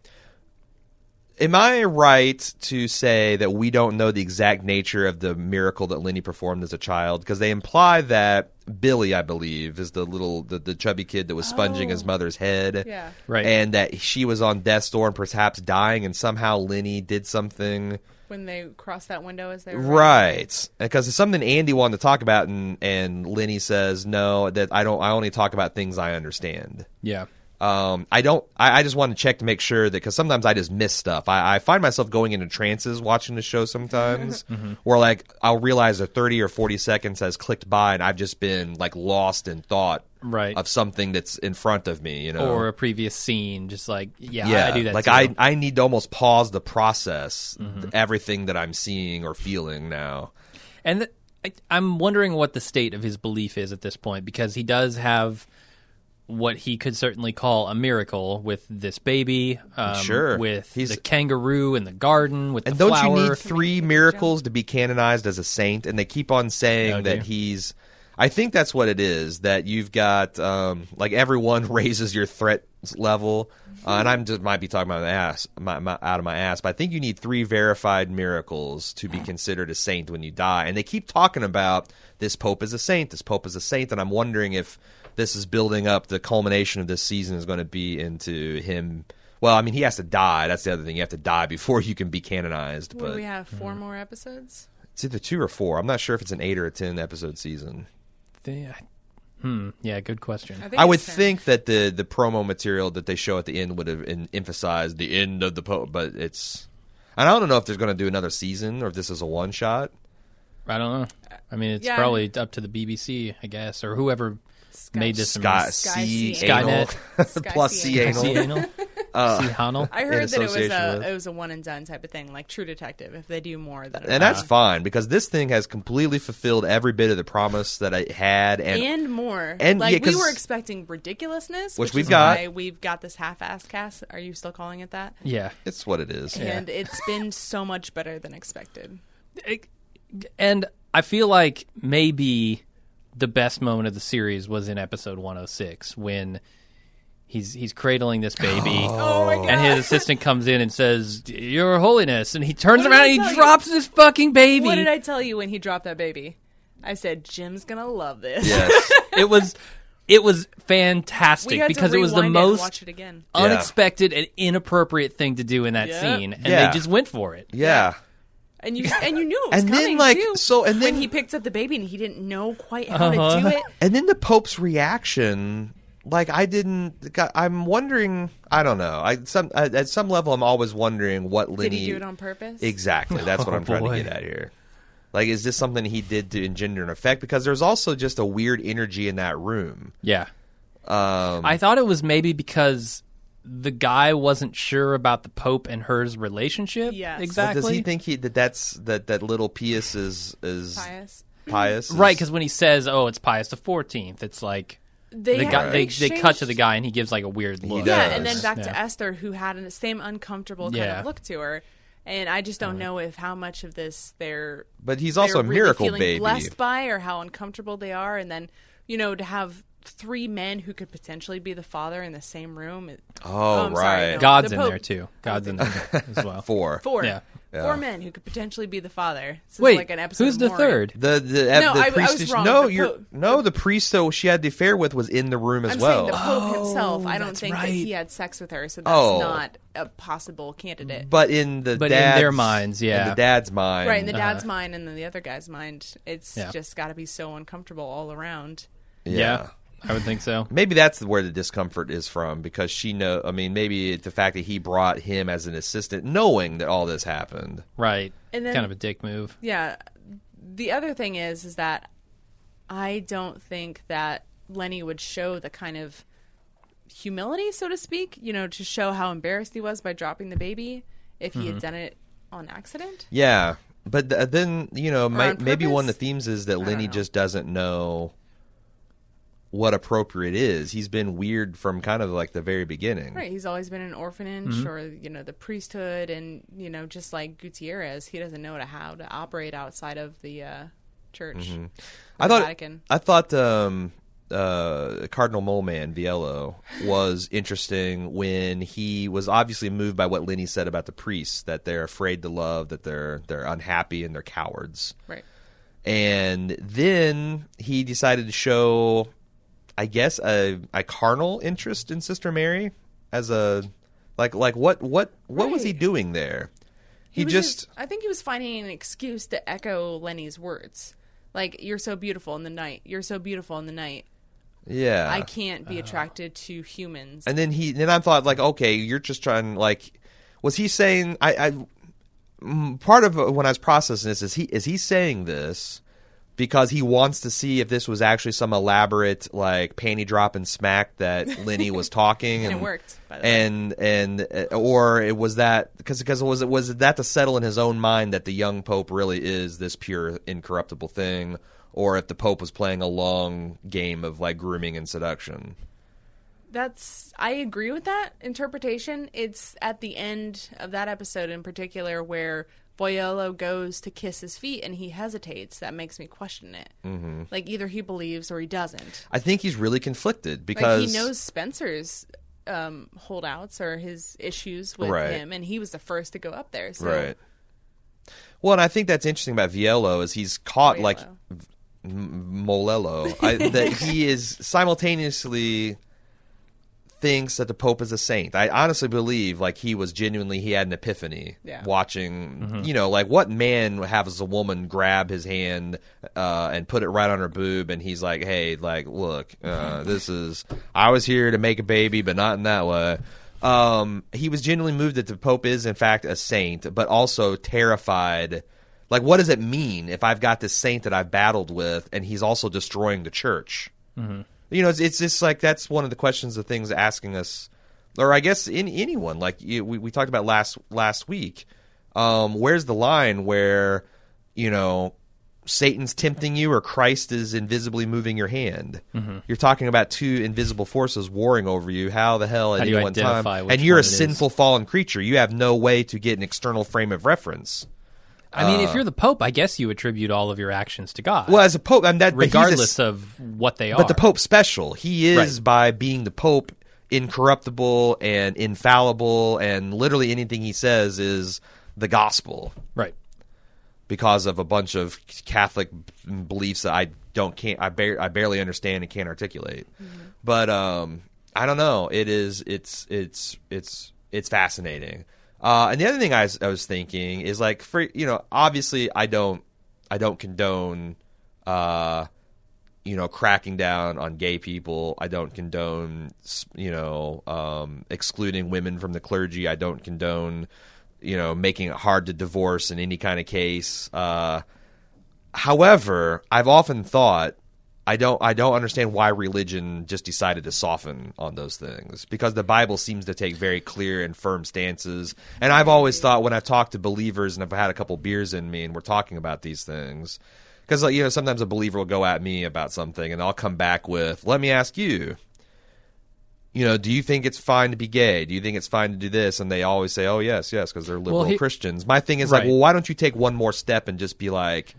Speaker 1: am I right to say that we don't know the exact nature of the miracle that Lenny performed as a child? Because they imply that Billy, I believe, is the little the, the chubby kid that was sponging
Speaker 3: Oh.
Speaker 1: his mother's head.
Speaker 3: Yeah.
Speaker 2: Right.
Speaker 1: And that she was on death's door and perhaps dying, and somehow Lenny did something.
Speaker 3: When they crossed that window as they were
Speaker 1: Right, because it's something Andy wanted to talk about, and and Lenny says no, that I don't. I only talk about things I understand.
Speaker 2: Yeah.
Speaker 1: Um, I don't. I, I just want to check to make sure that because sometimes I just miss stuff. I, I find myself going into trances watching the show
Speaker 2: [laughs]
Speaker 1: sometimes,
Speaker 2: Mm-hmm.
Speaker 1: where like I'll realize that thirty or forty seconds has clicked by, and I've just been like lost in thought
Speaker 2: Right.
Speaker 1: of something that's in front of me. You know,
Speaker 2: Or a previous scene, just like yeah,
Speaker 1: yeah,
Speaker 2: I do that.
Speaker 1: like
Speaker 2: too. Mm-hmm.
Speaker 1: I I need to almost pause the process, th- everything that I'm seeing or feeling now.
Speaker 2: And th- I, I'm wondering what the state of his belief is at this point because he does have what he could certainly call a miracle with this baby, um,
Speaker 1: Sure.
Speaker 2: with
Speaker 1: He's-
Speaker 2: the kangaroo in the garden, with
Speaker 1: And
Speaker 2: the
Speaker 1: don't
Speaker 2: flower.
Speaker 1: you need three miracles to be canonized as a saint? And they keep on saying
Speaker 2: Oh,
Speaker 1: that
Speaker 2: dear.
Speaker 1: he's. I think that's what it is that you've got. Um, like everyone [laughs] raises your threat level, uh, and I'm just might be talking about my ass, my, my, out of my ass. But I think you need three verified miracles to be considered a saint when you die. And they keep talking about this pope is a saint. This pope is a saint, and I'm wondering if this is building up. The culmination of this season is going to be into him. Well, I mean, he has to die. That's the other thing. You have to die before you can be canonized.
Speaker 3: What do
Speaker 1: But Hmm.
Speaker 3: we have 4 more episodes.
Speaker 1: it's either two or four. I'm not sure if it's an eight or a ten episode season.
Speaker 2: They- I- hmm. Yeah. Good question.
Speaker 3: think
Speaker 1: I
Speaker 3: it's
Speaker 1: would
Speaker 3: 10.
Speaker 1: think that the the promo material that they show at the end would have en- emphasized the end of the po but it's. And I don't know if they're going to do another season or if this is a one shot.
Speaker 2: I don't know. I mean, it's
Speaker 3: Yeah.
Speaker 2: probably up to the BBC, I guess, or whoever
Speaker 3: Sky-
Speaker 2: made this.
Speaker 1: Sky,
Speaker 3: Sky
Speaker 1: C
Speaker 3: C
Speaker 1: anal [laughs]
Speaker 3: Sky
Speaker 1: plus
Speaker 3: C
Speaker 1: C
Speaker 3: anal.
Speaker 1: anal.
Speaker 3: [laughs]
Speaker 2: Seanal?
Speaker 1: Uh,
Speaker 2: Seanal?
Speaker 3: I
Speaker 1: in
Speaker 3: heard that it was
Speaker 1: association
Speaker 3: a
Speaker 1: with.
Speaker 3: it was a one and done type of thing, like True Detective. If they do more, than
Speaker 1: And that's fine because this thing has completely fulfilled every bit of the promise that it had, and
Speaker 3: and more.
Speaker 1: and,
Speaker 3: like
Speaker 1: yeah,
Speaker 3: we
Speaker 1: 'cause-
Speaker 3: were expecting ridiculousness,
Speaker 1: Which
Speaker 3: which,
Speaker 1: we've
Speaker 3: is
Speaker 1: got.
Speaker 3: Why we've got this half-ass cast. Are you still calling it that?
Speaker 2: Yeah.
Speaker 1: it's what it is.
Speaker 3: And it's been so much better than expected.
Speaker 2: and I feel like maybe the best moment of the series was in episode 106 when he's he's cradling this baby.
Speaker 3: Oh my god!
Speaker 2: And his assistant comes in and says, "Your Holiness," and he turns
Speaker 3: What did
Speaker 2: around
Speaker 3: I
Speaker 2: and
Speaker 3: tell
Speaker 2: he
Speaker 3: you?
Speaker 2: drops this fucking baby.
Speaker 3: What did I tell you when he dropped that baby? I said Jim's gonna love this.
Speaker 1: Yes.
Speaker 2: it was, it was
Speaker 3: [laughs] we
Speaker 2: fantastic
Speaker 3: had
Speaker 2: because
Speaker 3: to
Speaker 2: it was the
Speaker 3: rewind it and
Speaker 2: most
Speaker 3: watch it again.
Speaker 1: Yeah.
Speaker 2: unexpected and inappropriate thing to do in that
Speaker 3: Yeah.
Speaker 2: scene, and
Speaker 1: Yeah.
Speaker 2: they just went for it.
Speaker 1: yeah.
Speaker 3: And you and you knew it was
Speaker 1: And then,
Speaker 3: coming
Speaker 1: like,
Speaker 3: too.
Speaker 1: so- and then-
Speaker 3: when he picked up the baby and he didn't know quite how to do
Speaker 2: Uh-huh.
Speaker 1: [laughs]
Speaker 3: it.
Speaker 1: And then the Pope's reaction, like I didn't. God, I'm wondering. I don't know. I some at at some level, I'm always wondering what Lenny
Speaker 3: Did he do it on
Speaker 2: [laughs]
Speaker 3: purpose?
Speaker 1: exactly. That's what
Speaker 2: Oh,
Speaker 1: I'm trying
Speaker 2: boy.
Speaker 1: to get at here. Like, is this something he did to engender an effect? Because there's also just a weird energy in that room.
Speaker 2: Yeah,
Speaker 1: Um,
Speaker 2: I thought it was maybe because the guy wasn't sure about the Pope and hers relationship.
Speaker 3: Yes.
Speaker 2: exactly.
Speaker 1: Does he think he that that's that that little Pius is is
Speaker 3: Pious.
Speaker 1: Pius is-
Speaker 2: Right, because when he says, "Oh, it's Pius the Fourteenth, it's like
Speaker 3: They
Speaker 2: the
Speaker 3: had-
Speaker 2: guy, they, they cut to
Speaker 3: exchanged-
Speaker 2: the guy and he gives like a weird look.
Speaker 1: does.
Speaker 3: Yeah, and then
Speaker 1: Yes.
Speaker 3: back to
Speaker 2: Yeah.
Speaker 3: Esther, who had the same uncomfortable kind
Speaker 2: Yeah. Uh-huh.
Speaker 3: of look to her. And I just don't know if how much of this they're
Speaker 1: But he's
Speaker 3: they're
Speaker 1: also a
Speaker 3: really
Speaker 1: miracle
Speaker 3: feeling
Speaker 1: baby.
Speaker 3: blessed by, or how uncomfortable they are. And then you know to have three men who could potentially be the father in the same room. it-
Speaker 1: Oh,
Speaker 3: I'm sorry,
Speaker 1: right.
Speaker 3: no.
Speaker 2: God's
Speaker 3: The
Speaker 2: in
Speaker 3: Pope-
Speaker 2: there too. God's in
Speaker 1: [laughs]
Speaker 2: there as well.
Speaker 1: Four.
Speaker 3: Four,
Speaker 2: Yeah.
Speaker 1: Yeah.
Speaker 3: four men who could potentially be the father. This is
Speaker 2: Wait,
Speaker 3: like an episode.
Speaker 2: who's
Speaker 3: of
Speaker 2: the
Speaker 3: Maury.
Speaker 2: third?
Speaker 1: The the, uh,
Speaker 3: No,
Speaker 1: the
Speaker 3: I- I
Speaker 1: priest
Speaker 3: was
Speaker 1: is-
Speaker 3: wrong.
Speaker 1: no,
Speaker 3: The
Speaker 1: you're
Speaker 3: Pope-
Speaker 1: no the priest though she had the affair with was in the room as
Speaker 3: I'm
Speaker 1: well.
Speaker 3: saying
Speaker 1: [laughs]
Speaker 3: the Pope himself. I don't
Speaker 2: Oh, that's
Speaker 3: think
Speaker 2: right.
Speaker 3: that he had sex with her, so that's
Speaker 1: Oh.
Speaker 3: not a possible candidate.
Speaker 1: But in the
Speaker 2: But in
Speaker 1: dad's,
Speaker 2: their minds, yeah.
Speaker 1: in the dad's mind,
Speaker 3: Right, in the dad's mind and then the other guy's mind. It's
Speaker 2: Yeah.
Speaker 3: just got to be so uncomfortable all around.
Speaker 1: yeah.
Speaker 2: I would think so.
Speaker 1: Maybe that's where the discomfort is from because she know. I mean, maybe it- the fact that he brought him as an assistant, knowing that all this happened.
Speaker 2: Right,
Speaker 3: And then-
Speaker 2: kind of a dick move.
Speaker 3: Yeah. The other thing is is that I don't think that Lenny would show the kind of humility, so to speak, you know, to show how embarrassed he was by dropping the baby if he
Speaker 2: Mm-hmm.
Speaker 3: had done it on accident.
Speaker 1: Yeah, but th- then you know, may-
Speaker 3: on
Speaker 1: maybe one of the
Speaker 3: purpose?
Speaker 1: themes is that Lenny
Speaker 3: know.
Speaker 1: just doesn't know what appropriate is. He's been weird from kind of like the very beginning.
Speaker 3: Right, he's always been an orphanage
Speaker 1: Mm-hmm.
Speaker 3: or you know the priesthood, and you know just like Gutierrez, he doesn't know to- how
Speaker 1: Mm-hmm.
Speaker 3: to operate outside of the uh, church.
Speaker 1: I thought
Speaker 3: Vatican.
Speaker 1: I thought um, uh, Cardinal Mole Man Viello was interesting when he was obviously moved by what Lenny said about the priests that they're afraid to love, that they're they're unhappy and they're cowards.
Speaker 3: Right.
Speaker 1: And then he decided to show, I guess, a, a carnal interest in Sister Mary as a like like what what what was he
Speaker 3: Right.
Speaker 1: doing there? He,
Speaker 3: was
Speaker 1: just
Speaker 3: I think he was finding an excuse to echo Lenny's words. Like, you're so beautiful in the night. You're so beautiful in the night.
Speaker 1: yeah.
Speaker 3: I can't
Speaker 1: Ah.
Speaker 3: be attracted to humans.
Speaker 1: And then he, then I thought like, okay, you're just trying like, was he saying? I, I mm, part of when I was processing this is he is he saying this because he wants to see if this was actually some elaborate like panty drop and smack that Lenny was talking
Speaker 3: [laughs]
Speaker 1: and,
Speaker 3: it worked, by the way.
Speaker 1: and and uh, or it was that because because was it was that to settle in his own mind that the young pope really is this pure incorruptible thing or if the pope was playing a long game of like grooming and seduction
Speaker 3: That's I agree with that interpretation. It's at the end of that episode in particular where Boyolo goes to kiss his feet and he hesitates. That makes me question it. Mm-hmm. Like either he believes or he doesn't.
Speaker 1: I think he's really conflicted
Speaker 3: Like
Speaker 1: because
Speaker 3: he knows Spencer's um, holdouts or his issues with
Speaker 1: Right.
Speaker 3: him, and he was the first to go up there. So
Speaker 1: right. Well, and I think that's interesting about Viello is he's caught like
Speaker 3: Viello.
Speaker 1: v- M- Molello I, that he is simultaneously thinks that the Pope is a saint. I honestly believe like he was genuinely he had an epiphany
Speaker 3: Yeah.
Speaker 1: watching you know like what man has a woman grab his hand uh, and put it right on her boob and he's like hey like look uh, this is I was here to make a baby but not in that way. Um, he was genuinely moved that the Pope is in fact a saint but also terrified. Like what does it mean if I've got this saint that I've battled with and he's also destroying the church? you know, it's, it's just like that's one of the questions, the things asking us, or I guess in anyone. Like you, we we talked about last last week. Um, where's the line where you know Satan's tempting you, or Christ is invisibly moving your hand?
Speaker 2: Mm-hmm.
Speaker 1: You're talking about two invisible forces warring over you. How the hell at
Speaker 2: How do
Speaker 1: any
Speaker 2: you
Speaker 1: one time?
Speaker 2: identify which
Speaker 1: And you're
Speaker 2: one
Speaker 1: a
Speaker 2: it is?
Speaker 1: sinful fallen creature. You have no way to get an external frame of reference.
Speaker 2: I mean, if you're the Pope, I guess you attribute all of your actions to God,
Speaker 1: Uh, Well, as a pope, I'm that but he's a
Speaker 2: regardless of what they are.
Speaker 1: But the Pope's special. He is
Speaker 2: Right.
Speaker 1: by being the Pope incorruptible and infallible, and literally anything he says is the gospel
Speaker 2: right?
Speaker 1: because of a bunch of Catholic beliefs that I don't can't I, bar- I barely understand and can't articulate. But um, I don't know. It is it's it's it's it's fascinating. Uh, and the other thing I was, I was thinking is like for you know obviously I don't I don't condone uh, you know cracking down on gay people. I don't condone s- you know um, excluding women from the clergy. I don't condone you know making it hard to divorce in any kind of case. Uh, however, I've often thought I don't I don't understand why religion just decided to soften on those things because the Bible seems to take very clear and firm stances. And I've always thought when I've talked to believers and I've had a couple beers in me and we're talking about these things because like you know sometimes a believer will go at me about something and I'll come back with let me ask you you know, do you think it's fine to be gay? Do you think it's fine to do this? And they always say, oh, yes, yes, because they're liberal
Speaker 2: he-
Speaker 1: Christians. My thing is like,
Speaker 2: Right.
Speaker 1: well, why don't you take one more step and just be like,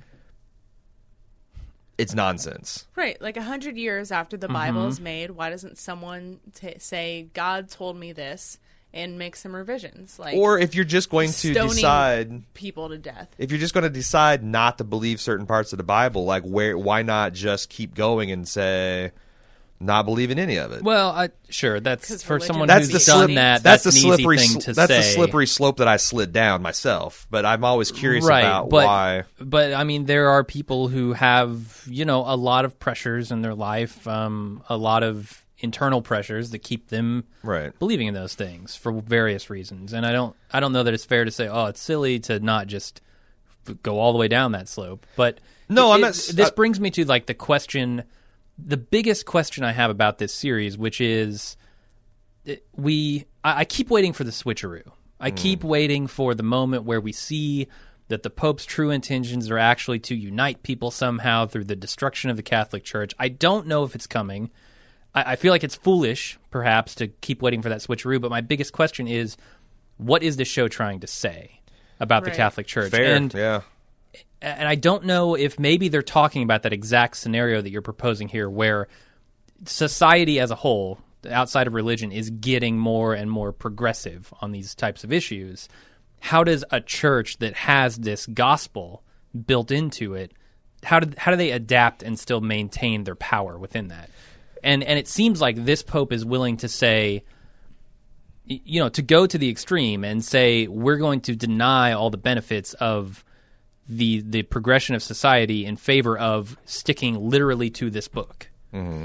Speaker 1: it's nonsense?
Speaker 3: Right, like a hundred years after the Bible is made, why doesn't someone t- say God told me this and make some revisions? Like
Speaker 1: Or if you're just going to
Speaker 3: Stoning-
Speaker 1: decide.
Speaker 3: people to death.
Speaker 1: If you're just going to decide not to believe certain parts of the Bible, like where, why not just keep going and say, not believe in any of it?
Speaker 2: Well, I, sure. That's
Speaker 3: 'Cause
Speaker 2: for
Speaker 3: religion
Speaker 2: someone
Speaker 3: is
Speaker 1: that's
Speaker 2: who's
Speaker 1: the
Speaker 3: done
Speaker 1: slip,
Speaker 2: done that.
Speaker 1: That's, the
Speaker 2: an easy
Speaker 1: slippery.
Speaker 2: thing
Speaker 1: sl-
Speaker 2: to
Speaker 1: that's the
Speaker 2: say.
Speaker 1: slippery slope that I slid down myself. But I'm always curious
Speaker 2: right,
Speaker 1: about
Speaker 2: but,
Speaker 1: why.
Speaker 2: But I mean, there are people who have you know a lot of pressures in their life, um, a lot of internal pressures that keep them
Speaker 1: Right.
Speaker 2: believing in those things for various reasons. And I don't, I don't know that it's fair to say, oh, it's silly to not just f- go all the way down that slope. But
Speaker 1: No,
Speaker 2: it-
Speaker 1: I'm not
Speaker 2: it-
Speaker 1: s- uh
Speaker 2: This
Speaker 1: I-
Speaker 2: brings me to like the question, the biggest question I have about this series, which is we I, I keep waiting for the switcheroo. I keep waiting for the moment where we see that the Pope's true intentions are actually to unite people somehow through the destruction of the Catholic Church. I don't know if it's coming. I, I feel like it's foolish, perhaps, to keep waiting for that switcheroo. But my biggest question is, what is this show trying to say about
Speaker 3: Right.
Speaker 2: the Catholic Church?
Speaker 1: Fair.
Speaker 2: And
Speaker 1: yeah.
Speaker 2: and I don't know if maybe they're talking about that exact scenario that you're proposing here, where society as a whole, outside of religion, is getting more and more progressive on these types of issues. How does a church that has this gospel built into it, how do how do they adapt and still maintain their power within that? And and it seems like this pope is willing to say, y- you know, to go to the extreme and say we're going to deny all the benefits of the the progression of society in favor of sticking literally to this book.
Speaker 1: Mm-hmm.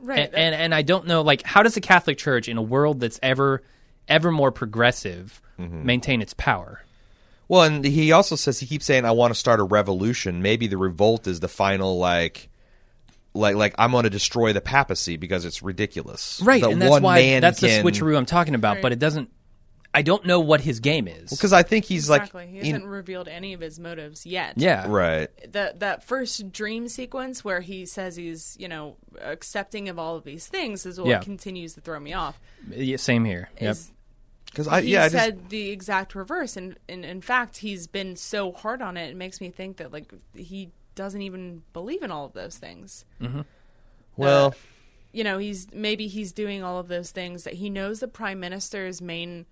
Speaker 3: Right.
Speaker 2: And, and and I don't know like how does the Catholic Church in a world that's ever ever more progressive
Speaker 1: Mm-hmm.
Speaker 2: maintain its power?
Speaker 1: Well, and he also says he keeps saying, "I want to start a revolution." Maybe the revolt is the final, like, like, like I'm going to destroy the papacy because it's ridiculous,
Speaker 2: right
Speaker 1: That
Speaker 2: and that's
Speaker 1: one
Speaker 2: why
Speaker 1: man
Speaker 2: that's
Speaker 1: can-
Speaker 2: the switcheroo i'm talking about but it doesn't i don't know what his game is
Speaker 1: Because I think he's like,
Speaker 3: exactly. He
Speaker 1: in-
Speaker 3: hasn't revealed any of his motives yet.
Speaker 2: yeah
Speaker 1: right,
Speaker 3: the that first dream sequence where he says he's you know accepting of all of these things is what
Speaker 2: Yeah.
Speaker 3: continues to throw me off.
Speaker 2: Yeah, same here yep.
Speaker 3: Is
Speaker 1: because I
Speaker 3: he
Speaker 1: Uh, yeah, I just-
Speaker 3: said the exact reverse, and, and in fact, he's been so hard on it. It makes me think that like he doesn't even believe in all of those things.
Speaker 1: well,
Speaker 3: You know, he's maybe he's doing all of those things that he knows the prime minister's main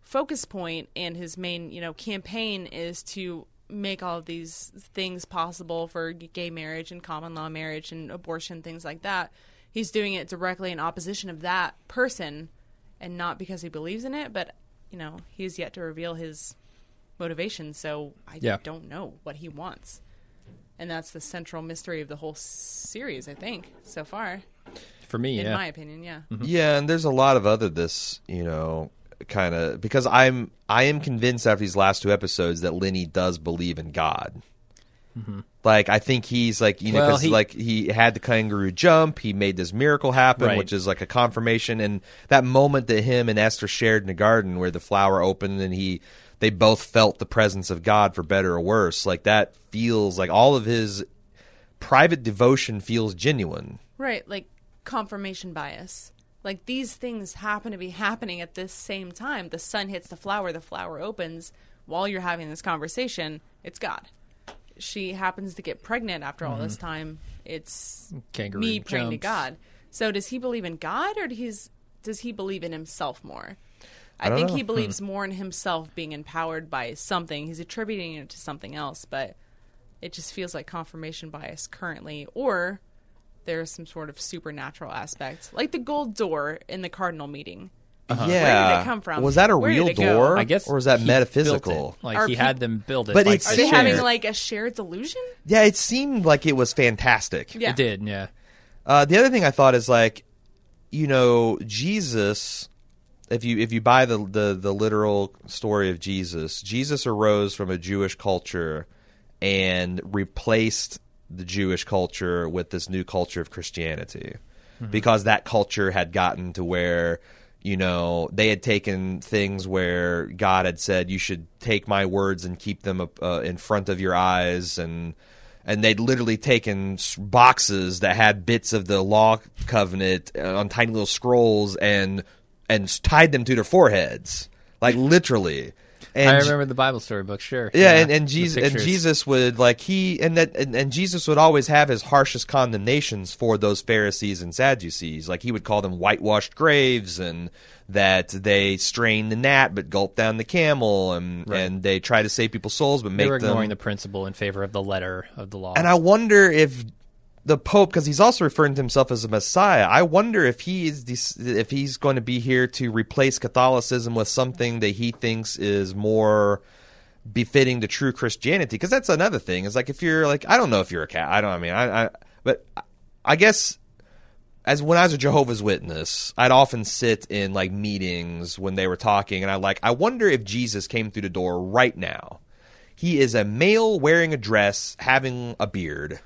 Speaker 3: focus point and his main you know campaign is to make all of these things possible for gay marriage and common law marriage and abortion things like that he's doing it directly in opposition of that person and not because he believes in it but you know he's yet to reveal his motivation so i
Speaker 2: Yeah.
Speaker 3: don't know what he wants and that's the central mystery of the whole series i think so far
Speaker 2: for me
Speaker 3: in
Speaker 2: yeah
Speaker 3: my opinion yeah
Speaker 2: Mm-hmm.
Speaker 1: Yeah, and there's a lot of other this, you know, kind of because I'm I am convinced after these last two episodes that Lenny does believe in God. Like I think he's like you know
Speaker 2: Mm-hmm. Well,
Speaker 1: because
Speaker 2: he-
Speaker 1: like he had the kangaroo jump, he made this miracle happen,
Speaker 2: Right.
Speaker 1: which is like a confirmation. And that moment that him and Esther shared in the garden, where the flower opened and he, they both felt the presence of God for better or worse. Like that feels like all of his private devotion feels genuine.
Speaker 3: Right, like confirmation bias. Like these things happen to be happening at this same time. The sun hits the flower, the flower opens. While you're having this conversation, it's God. She happens to get pregnant after all this time. It's
Speaker 2: Kangaroo
Speaker 3: me praying to
Speaker 2: jumps.
Speaker 3: God. So does he believe in God or he's does he believe in himself more? I,
Speaker 1: don't
Speaker 3: think
Speaker 1: know.
Speaker 3: he believes more in himself being empowered by something. He's attributing it to something else, but it just feels like confirmation bias currently or there's some sort of supernatural aspect, like the gold door in the cardinal meeting.
Speaker 1: Yeah,
Speaker 3: Where did it come from?
Speaker 1: Was that a
Speaker 3: Where did
Speaker 1: real
Speaker 3: it go?
Speaker 1: door?
Speaker 2: Uh-huh. i guess
Speaker 1: or is that
Speaker 2: he
Speaker 1: metaphysical?
Speaker 2: built it. like
Speaker 3: Are
Speaker 2: he
Speaker 3: peop-
Speaker 2: had them build it
Speaker 1: But
Speaker 2: like
Speaker 1: it's
Speaker 3: Are
Speaker 2: they
Speaker 3: they
Speaker 1: Sure.
Speaker 3: having
Speaker 2: shared.
Speaker 3: like a shared delusion?
Speaker 1: Yeah, it seemed like it was fantastic.
Speaker 3: Yeah,
Speaker 2: it did yeah
Speaker 1: Uh, the other thing I thought is like, you know, Jesus. If you if you buy the, the the literal story of Jesus, Jesus arose from a Jewish culture and replaced the Jewish culture with this new culture of Christianity, because that culture had gotten to where you know they had taken things where God had said you should take my words and keep them up, uh, in front of your eyes and and they'd literally taken s- boxes that had bits of the law covenant uh, on tiny little scrolls and and s- tied them to their foreheads, like literally. And
Speaker 2: i remember the bible storybook sure
Speaker 1: yeah, and, and
Speaker 2: The
Speaker 1: Jesus and
Speaker 2: pictures.
Speaker 1: Jesus would like he and that and, and Jesus would always have his harshest condemnations for those Pharisees and Sadducees. Like he would call them whitewashed graves and that they strain the gnat but gulp down the camel and and they try to save people's souls but make
Speaker 2: they were
Speaker 1: them
Speaker 2: ignoring the principle in favor of the letter of the law
Speaker 1: and I wonder if the Pope, because he's also referring to himself as a Messiah, I wonder if he is this- if he's going to be here to replace Catholicism with something that he thinks is more befitting the true Christianity. Because that's another thing. Is like if you're like I don't know if you're a cat. I don't. I mean, I. I but I- I guess as when I was a Jehovah's Witness, I'd often sit in like meetings when they were talking, and I like I wonder if Jesus came through the door right now. He is a male wearing a dress, having a beard,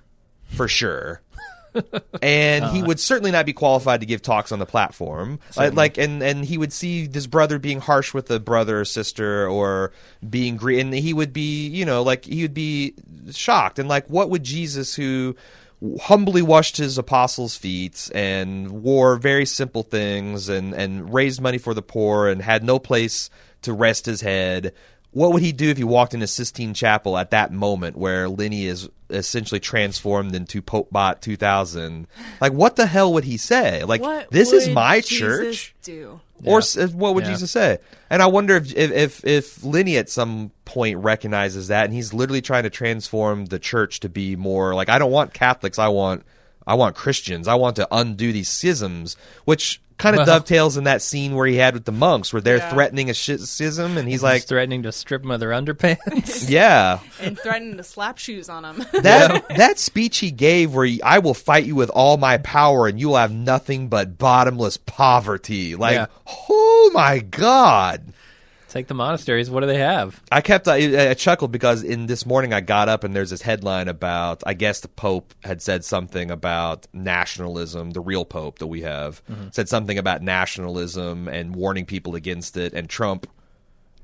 Speaker 1: for sure. and he would certainly not be qualified to give talks on the platform. Like, like, and and he would see this brother being harsh with a brother or sister, or being gre and he would be, you know, like he would be shocked. And like, what would Jesus, who humbly washed his apostles' feet and wore very simple things, and and raised money for the poor, and had no place to rest his head, what would he do if he walked into Sistine Chapel at that moment where Lenny is essentially transformed into Pope Bot 2000? Like, what the hell would he say? Like,
Speaker 3: What
Speaker 1: this is
Speaker 3: would
Speaker 1: my
Speaker 3: Jesus
Speaker 1: church.
Speaker 3: Do
Speaker 1: Or s- if- what would
Speaker 2: Yeah.
Speaker 1: Jesus say? And I wonder if, if if if Lenny at some point recognizes that, and he's literally trying to transform the church to be more like I don't want Catholics, I want I want Christians, I want to undo these schisms, which kind of
Speaker 2: Well-
Speaker 1: dovetails in that scene where he had with the monks, where they're
Speaker 3: Yeah.
Speaker 1: threatening a shi schism, and he's
Speaker 2: Like
Speaker 1: like,
Speaker 2: threatening to strip him of their
Speaker 1: [laughs]
Speaker 2: underpants.
Speaker 1: "Yeah,
Speaker 3: and threaten to slap shoes on [laughs] him.
Speaker 1: that [laughs] that speech he gave where he, I will fight you with all my power and you will have nothing but bottomless poverty. Like,
Speaker 2: Yeah.
Speaker 1: oh my god."
Speaker 2: Take the monasteries. What do they have?
Speaker 1: I kept I, I chuckled because in this morning I got up and there's this headline about I guess the Pope had said something about nationalism, the real Pope that we have said something about nationalism and warning people against it, and Trump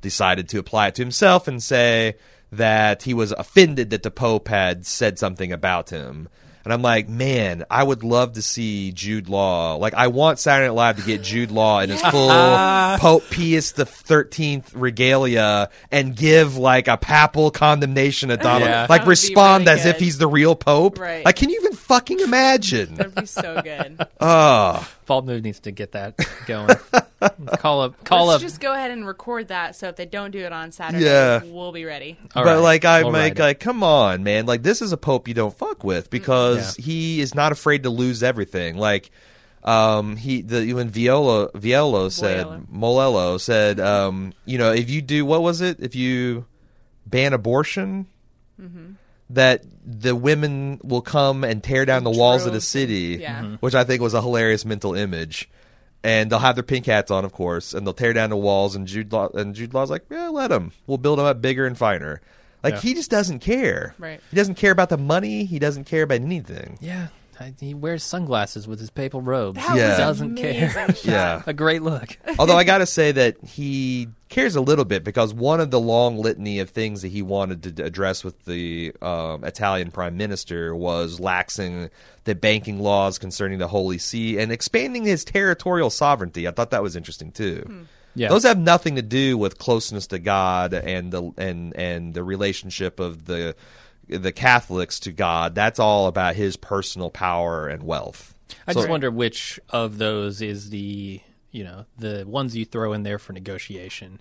Speaker 1: decided to apply it to himself and say that he was offended that the Pope had said something about him. And I'm like, man, I would love to see Jude Law. Like, I want Saturday Night Live to get Jude Law in his
Speaker 3: [laughs]
Speaker 1: full Pope Pius the Thirteenth regalia and give like a papal condemnation at Donald.
Speaker 2: Yeah.
Speaker 1: Like,
Speaker 3: That would be
Speaker 1: respond
Speaker 3: really
Speaker 1: as if
Speaker 3: good.
Speaker 1: he's the real Pope.
Speaker 3: Right.
Speaker 1: Like, can you even fucking imagine?
Speaker 3: [laughs] That'd be so
Speaker 1: [laughs]
Speaker 3: good.
Speaker 1: oh,
Speaker 2: Bald Move needs to get that
Speaker 1: [laughs]
Speaker 2: going. call up. Call
Speaker 3: Let's
Speaker 2: up.
Speaker 3: just go ahead and record that. So if they don't do it on Saturday,
Speaker 1: Yeah.
Speaker 3: we'll be ready.
Speaker 2: All
Speaker 1: but
Speaker 2: right,
Speaker 1: like I'm
Speaker 2: we'll
Speaker 1: like,
Speaker 2: write it. Mm-hmm.
Speaker 1: like, come on, man! Like this is a pope you don't fuck with because he is not afraid to lose everything. Like, um, he the when Viola Violo said
Speaker 3: Violo.
Speaker 1: Molello said, um, you know, if you do what was it? If you ban abortion, that the women will come and tear down the walls of the
Speaker 3: droves.
Speaker 1: city,
Speaker 3: Yeah.
Speaker 2: Mm-hmm.
Speaker 3: Mhm.
Speaker 1: which I think was a hilarious mental image. And they'll have their pink hats on, of course, and they'll tear down the walls. And Jude Law and Jude Law's like, "Yeah, let them. We'll build them up bigger and finer." Like
Speaker 2: Yeah.
Speaker 1: he just doesn't care.
Speaker 3: Right.
Speaker 1: He doesn't care about the money. He doesn't care about anything.
Speaker 2: yeah, I- he wears sunglasses with his papal robes.
Speaker 3: That
Speaker 1: Yeah.
Speaker 3: was
Speaker 2: doesn't care.
Speaker 3: amazing shot.
Speaker 1: Yeah.
Speaker 2: [laughs] a great
Speaker 3: [laughs]
Speaker 2: look.
Speaker 1: Although I gotta say that he cares a little bit because one of the long litany of things that he wanted to d- address with the um, Italian prime minister was laxing the banking laws concerning the Holy See and expanding his territorial sovereignty. I thought that was interesting too.
Speaker 2: Yeah.
Speaker 1: Those have nothing to do with closeness to God and the and and the relationship of the the Catholics to God. That's all about his personal power and wealth.
Speaker 2: I
Speaker 1: So-
Speaker 2: just wonder which of those is the you know the ones you throw in there for negotiation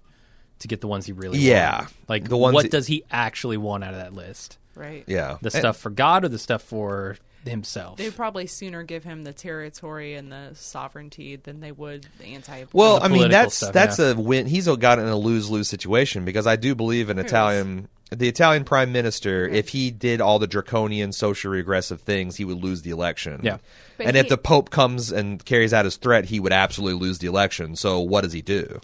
Speaker 2: to get the ones he really
Speaker 1: Yeah.
Speaker 2: want. like
Speaker 1: The ones
Speaker 2: what
Speaker 1: he-
Speaker 2: does he actually want out of that list?
Speaker 3: Right.
Speaker 1: Yeah.
Speaker 2: The stuff for God or the stuff for himself?
Speaker 3: They'd probably sooner give him the territory and the sovereignty than they would the anti.
Speaker 1: Well,
Speaker 2: the
Speaker 1: I mean
Speaker 2: political
Speaker 1: that's
Speaker 2: stuff,
Speaker 1: that's
Speaker 2: yeah.
Speaker 1: a win. He's got in a lose lose situation because I do believe an Italian, the Italian prime minister, if he did all the draconian, socially regressive things, he would lose the election.
Speaker 2: Yeah.
Speaker 3: But
Speaker 1: and if
Speaker 3: he-
Speaker 1: the Pope comes and carries out his threat, he would absolutely lose the election. So what does he do?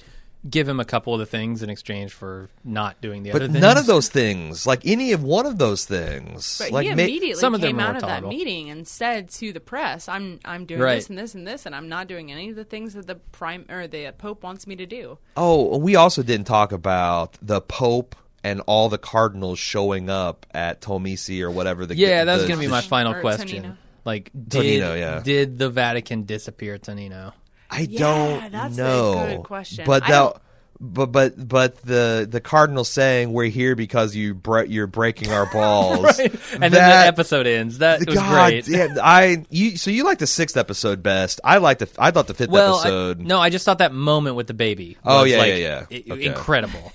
Speaker 2: Give him a couple of the things in exchange for not doing the other
Speaker 1: But
Speaker 2: things.
Speaker 1: none of those things, like any of one of those things,
Speaker 3: But
Speaker 1: like
Speaker 3: he
Speaker 1: ma-
Speaker 3: immediately
Speaker 2: some of them
Speaker 3: came
Speaker 2: are
Speaker 3: out of that
Speaker 2: tolerable.
Speaker 3: meeting and said to the press, "I'm I'm doing
Speaker 2: Right.
Speaker 3: this and this and this, and I'm not doing any of the things that the prime or the pope wants me to do."
Speaker 1: Oh, we also didn't talk about the Pope and all the cardinals showing up at Tomisi or whatever. The
Speaker 2: Yeah, that's
Speaker 1: the-
Speaker 2: going to be
Speaker 1: the-
Speaker 2: my final
Speaker 3: Or
Speaker 2: question.
Speaker 3: Tonino.
Speaker 2: Like, did,
Speaker 1: Tonino, yeah.
Speaker 2: did the Vatican disappear Tonino?
Speaker 1: I
Speaker 3: Yeah,
Speaker 1: don't
Speaker 3: that's a
Speaker 1: know.
Speaker 3: good question.
Speaker 1: But
Speaker 3: I
Speaker 1: that,
Speaker 3: don't-
Speaker 1: but but but the the cardinal saying we're here because you bre- you're breaking
Speaker 2: [laughs]
Speaker 1: our balls.
Speaker 2: and then
Speaker 1: That-
Speaker 2: the episode ends. That was
Speaker 1: God
Speaker 2: great.
Speaker 1: damn, I you so you like the sixth episode best. I like the I thought the fifth
Speaker 2: Well, I-
Speaker 1: episode.
Speaker 2: no, I just thought that moment with the baby.
Speaker 1: Oh,
Speaker 2: was,
Speaker 1: yeah,
Speaker 2: like,
Speaker 1: yeah, yeah.
Speaker 2: i-
Speaker 1: Okay.
Speaker 3: [laughs]
Speaker 2: incredible.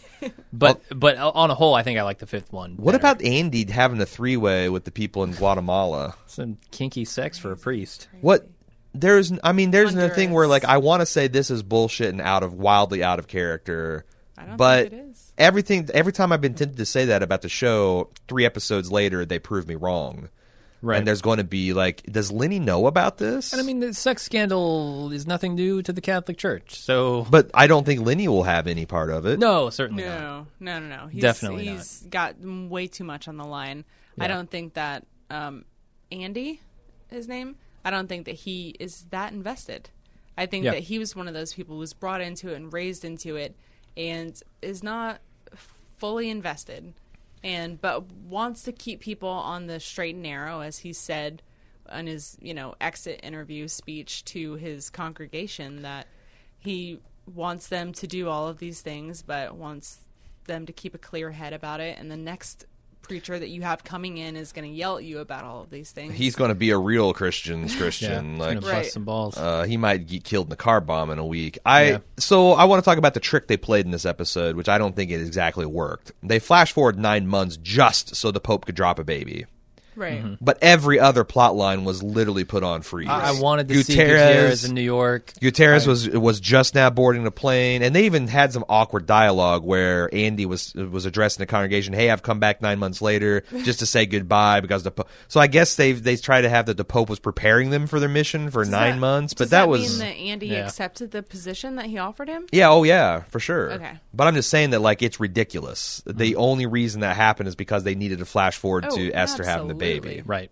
Speaker 2: But but on a whole, I think I like the fifth one.
Speaker 1: What
Speaker 2: better.
Speaker 1: about Andy having the three way with the people in Guatemala?
Speaker 2: some kinky sex for a priest?
Speaker 1: What there's I mean there's another thing where like
Speaker 3: Honduras.
Speaker 1: I want to say this is bullshit and out of wildly out of character.
Speaker 3: I don't
Speaker 1: but
Speaker 3: think it is.
Speaker 1: everything every time I've been tempted to say that about the show, three episodes later they prove me wrong.
Speaker 2: Right.
Speaker 1: And there's going to be like does Lenny know about this?
Speaker 2: And I mean, the sex scandal is nothing new to the Catholic Church. So
Speaker 1: but I don't think Lenny will have any part of it.
Speaker 2: no, certainly not.
Speaker 3: No, no, no, no. He's,
Speaker 2: Definitely not.
Speaker 3: he's got way too much on the line. I don't think that um, Andy, his name. I don't think that he is that invested. I think
Speaker 2: Yeah.
Speaker 3: that he was one of those people who was brought into it and raised into it, and is not fully invested, and but wants to keep people on the straight and narrow, as he said in his you know exit interview speech to his congregation that he wants them to do all of these things, but wants them to keep a clear head about it. And the next preacher that you have coming in is going to yell at you about all of these things.
Speaker 1: He's going to be a real Christian's
Speaker 2: Yeah,
Speaker 1: Christian.
Speaker 2: it's
Speaker 1: like,
Speaker 2: gonna bust
Speaker 3: Right.
Speaker 2: some balls.
Speaker 1: Uh, he might get killed in a car bomb in a week. I
Speaker 2: Yeah.
Speaker 1: so I want to talk about the trick they played in this episode, which I don't think it exactly worked. They flash forward nine months just so the Pope could drop a baby,
Speaker 3: right.
Speaker 1: but every other plot line was literally put on freeze.
Speaker 2: I, I wanted to see Gutierrez in New York.
Speaker 1: Gutierrez was was just now boarding the plane, and they even had some awkward dialogue where Andy was was addressing the congregation, "Hey, I've come back nine months
Speaker 3: [laughs]
Speaker 1: later just to say goodbye because the." Po-. So I guess they they tried to have that the Pope was preparing them for their mission for
Speaker 3: Does
Speaker 1: nine
Speaker 3: that-
Speaker 1: months, but
Speaker 3: does that,
Speaker 1: was
Speaker 3: mean that Andy
Speaker 2: Yeah.
Speaker 3: accepted the position that he offered him.
Speaker 1: yeah, oh yeah, for sure.
Speaker 3: Okay.
Speaker 1: but I'm just saying that like it's ridiculous. The only reason that happened is because they needed to flash forward
Speaker 3: Oh,
Speaker 1: to Esther having the baby.
Speaker 3: absolutely.
Speaker 2: Right.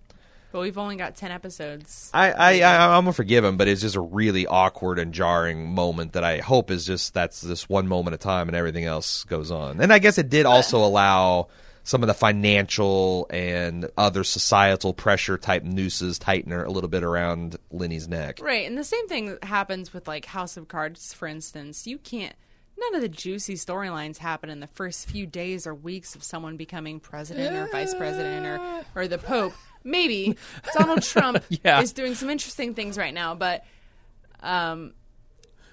Speaker 3: But we've only got ten episodes.
Speaker 1: I, I, I I'm gonna forgive him, but it's just a really awkward and jarring moment that I hope is just that's this one moment of time and everything else goes on. And I guess it did also allow some of the financial and other societal pressure type nooses tightener a little bit around Lenny's neck.
Speaker 3: Right, and the same thing happens with like House of Cards, for instance. You can't. None of the juicy storylines happen in the first few days or weeks of someone becoming president or vice president or or the Pope.
Speaker 2: [laughs]
Speaker 3: Maybe Donald Trump
Speaker 2: Yeah.
Speaker 3: is doing some interesting things right now, but um,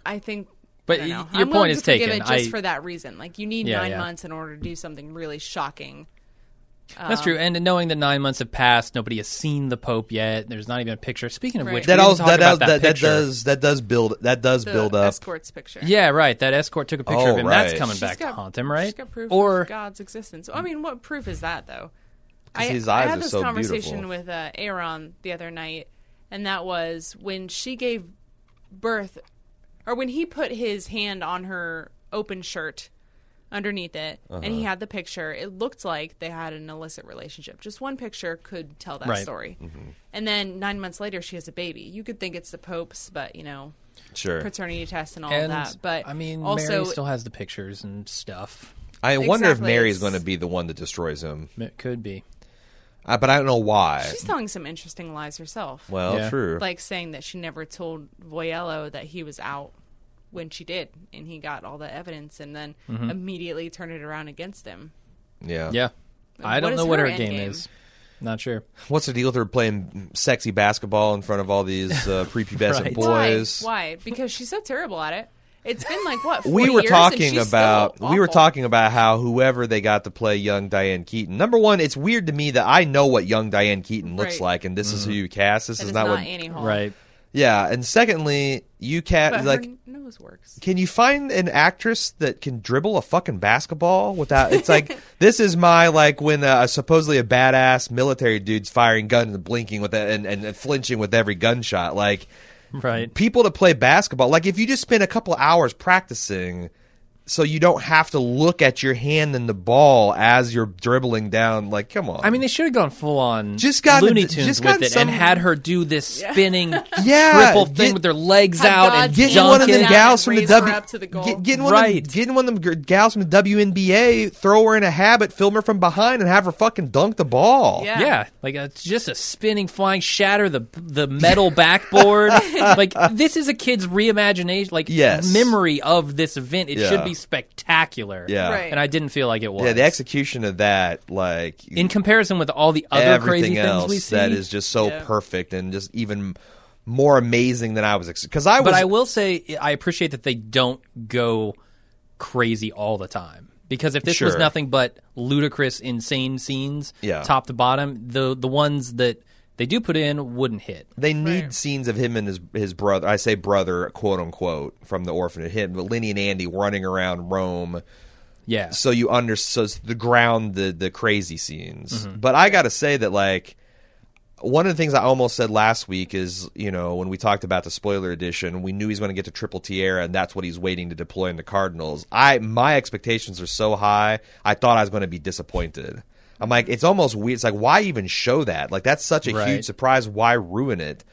Speaker 3: I think.
Speaker 2: But
Speaker 3: I don't
Speaker 2: y-
Speaker 3: know.
Speaker 2: your
Speaker 3: I'm
Speaker 2: point
Speaker 3: willing
Speaker 2: is
Speaker 3: to forgive
Speaker 2: taken.
Speaker 3: It just
Speaker 2: I-
Speaker 3: for that reason, like you need
Speaker 2: Yeah,
Speaker 3: nine
Speaker 2: yeah.
Speaker 3: months in order to do something really shocking.
Speaker 2: That's true. And knowing that nine months have passed, nobody has seen the Pope yet. There's not even a picture. Speaking of
Speaker 3: Right.
Speaker 2: which,
Speaker 1: That
Speaker 2: we didn't
Speaker 1: also
Speaker 2: talk
Speaker 1: that does
Speaker 2: about
Speaker 1: that, that
Speaker 2: picture.
Speaker 1: does that does build that does
Speaker 3: The
Speaker 1: build up.
Speaker 3: escorts picture.
Speaker 2: Yeah, right. That escort took a picture
Speaker 1: Oh,
Speaker 2: of him.
Speaker 1: right.
Speaker 2: That's coming
Speaker 1: She's
Speaker 2: back to haunt him, right?
Speaker 3: She's got proof
Speaker 2: or
Speaker 3: of God's existence. I mean, what proof is that though?
Speaker 1: 'Cause
Speaker 3: I,
Speaker 1: his
Speaker 3: I
Speaker 1: eyes
Speaker 3: had
Speaker 1: are
Speaker 3: this
Speaker 1: so
Speaker 3: conversation
Speaker 1: beautiful.
Speaker 3: with uh, Aaron the other night, and that was when she gave birth, or when he put his hand on her open shirt underneath it, and he had the picture. It looked like they had an illicit relationship. Just one picture could tell that
Speaker 2: Right.
Speaker 3: story. And then nine months later, she has a baby. You could think it's the Pope's, but you know,
Speaker 1: Sure.
Speaker 3: paternity tests and all
Speaker 2: and
Speaker 3: of that. But
Speaker 2: I mean,
Speaker 3: also
Speaker 2: Mary still has the pictures and stuff.
Speaker 1: I wonder if
Speaker 3: Exactly,
Speaker 1: Mary's
Speaker 3: it's-
Speaker 1: going to be the one that destroys him,
Speaker 2: It could be.
Speaker 1: uh, but I don't know why.
Speaker 3: she's telling some interesting lies herself.
Speaker 1: well,
Speaker 2: Yeah.
Speaker 1: true.
Speaker 3: like saying that she never told Voyello that he was out when she did, and he got all the evidence, and then
Speaker 1: Mm-hmm.
Speaker 3: immediately turned it around against him.
Speaker 1: yeah.
Speaker 2: Yeah. I don't
Speaker 3: is
Speaker 2: know what
Speaker 3: her
Speaker 2: her
Speaker 3: end
Speaker 2: game
Speaker 3: game?
Speaker 2: is. Not sure.
Speaker 1: What's the deal with her playing sexy basketball in front of all these
Speaker 2: [laughs]
Speaker 1: uh, prepubescent
Speaker 2: Right.
Speaker 1: boys?
Speaker 3: Why? Why? Because she's so terrible at it. It's been like what 40
Speaker 1: We were
Speaker 3: years, and
Speaker 1: talking
Speaker 3: she's
Speaker 1: about
Speaker 3: still
Speaker 1: we were
Speaker 3: awful.
Speaker 1: talking about how whoever they got to play young Diane Keaton. Number one, it's weird to me that I know what young Diane Keaton looks
Speaker 3: Right.
Speaker 1: like, and this is who
Speaker 2: Mm-hmm.
Speaker 1: you cast. This
Speaker 3: That
Speaker 1: is
Speaker 3: is
Speaker 1: not,
Speaker 3: not
Speaker 1: what.
Speaker 3: Annie Hall,
Speaker 2: Right.
Speaker 1: Yeah, and secondly, you
Speaker 3: But
Speaker 1: cast
Speaker 3: like,
Speaker 1: like.
Speaker 3: her nose works.
Speaker 1: Can you find an actress that can dribble a fucking basketball without? It's like this is my like when uh, supposedly a badass military dude's firing guns and blinking with it and, and flinching with every gunshot. Like [laughs]
Speaker 2: Right.
Speaker 1: people to play basketball. Like if you just spend a couple hours practicing, so you don't have to look at your hand and the ball as you're dribbling down. Like come on,
Speaker 2: I mean, they should have gone full on
Speaker 1: Just got
Speaker 2: Looney
Speaker 1: a-
Speaker 2: Tunes
Speaker 1: just got
Speaker 2: with it
Speaker 1: some-
Speaker 2: and had her do this spinning
Speaker 1: Yeah,
Speaker 2: triple thing
Speaker 1: get-
Speaker 2: with her legs
Speaker 3: Have
Speaker 2: out and
Speaker 3: God's
Speaker 1: getting
Speaker 3: Dunk
Speaker 1: one of
Speaker 2: dunking.
Speaker 1: them
Speaker 3: it.
Speaker 1: gals from the
Speaker 3: Raise her
Speaker 1: W,
Speaker 3: up to the goal.
Speaker 1: Get- getting one of
Speaker 2: Right.
Speaker 1: them, getting one of them gir- gals from the WNBA, throw her in a habit, film her from behind, and have her fucking dunk the ball.
Speaker 3: Yeah.
Speaker 2: Yeah, like a, just a spinning, flying shatter the the
Speaker 1: [laughs]
Speaker 2: metal backboard. like this is a kid's reimagination, like
Speaker 1: Yes.
Speaker 2: memory of this event. It
Speaker 1: Yeah.
Speaker 2: should be spectacular.
Speaker 1: Yeah.
Speaker 3: Right.
Speaker 2: and I didn't feel like it was.
Speaker 1: Yeah, the execution of that, like
Speaker 2: in comparison with all the other
Speaker 1: everything
Speaker 2: crazy
Speaker 1: else
Speaker 2: things we see.
Speaker 1: that is just so
Speaker 3: Yeah.
Speaker 1: perfect and just even more amazing than I was because I was
Speaker 2: but I will say I appreciate that they don't go crazy all the time. Because if this was
Speaker 1: Sure.
Speaker 2: nothing but ludicrous, insane scenes,
Speaker 1: Yeah.
Speaker 2: top to bottom, the the ones that they do put in wouldn't hit.
Speaker 1: They need scenes of him and his his brother. I say brother, quote unquote, from the orphanage. Him, but Lenny and Andy running around Rome,
Speaker 2: Yeah,
Speaker 1: so you under so it's the ground the the crazy scenes.
Speaker 2: Mm-hmm.
Speaker 1: But I gotta say that like one of the things I almost said last week is you know when we talked about the spoiler edition, we knew he's going to get to triple tiara, and that's what he's waiting to deploy in the Cardinals. I my expectations are so high, I thought I was going to be disappointed. I'm like, it's almost weird. It's like, why even show that? Like, that's such a
Speaker 2: Right.
Speaker 1: huge surprise. Why ruin it?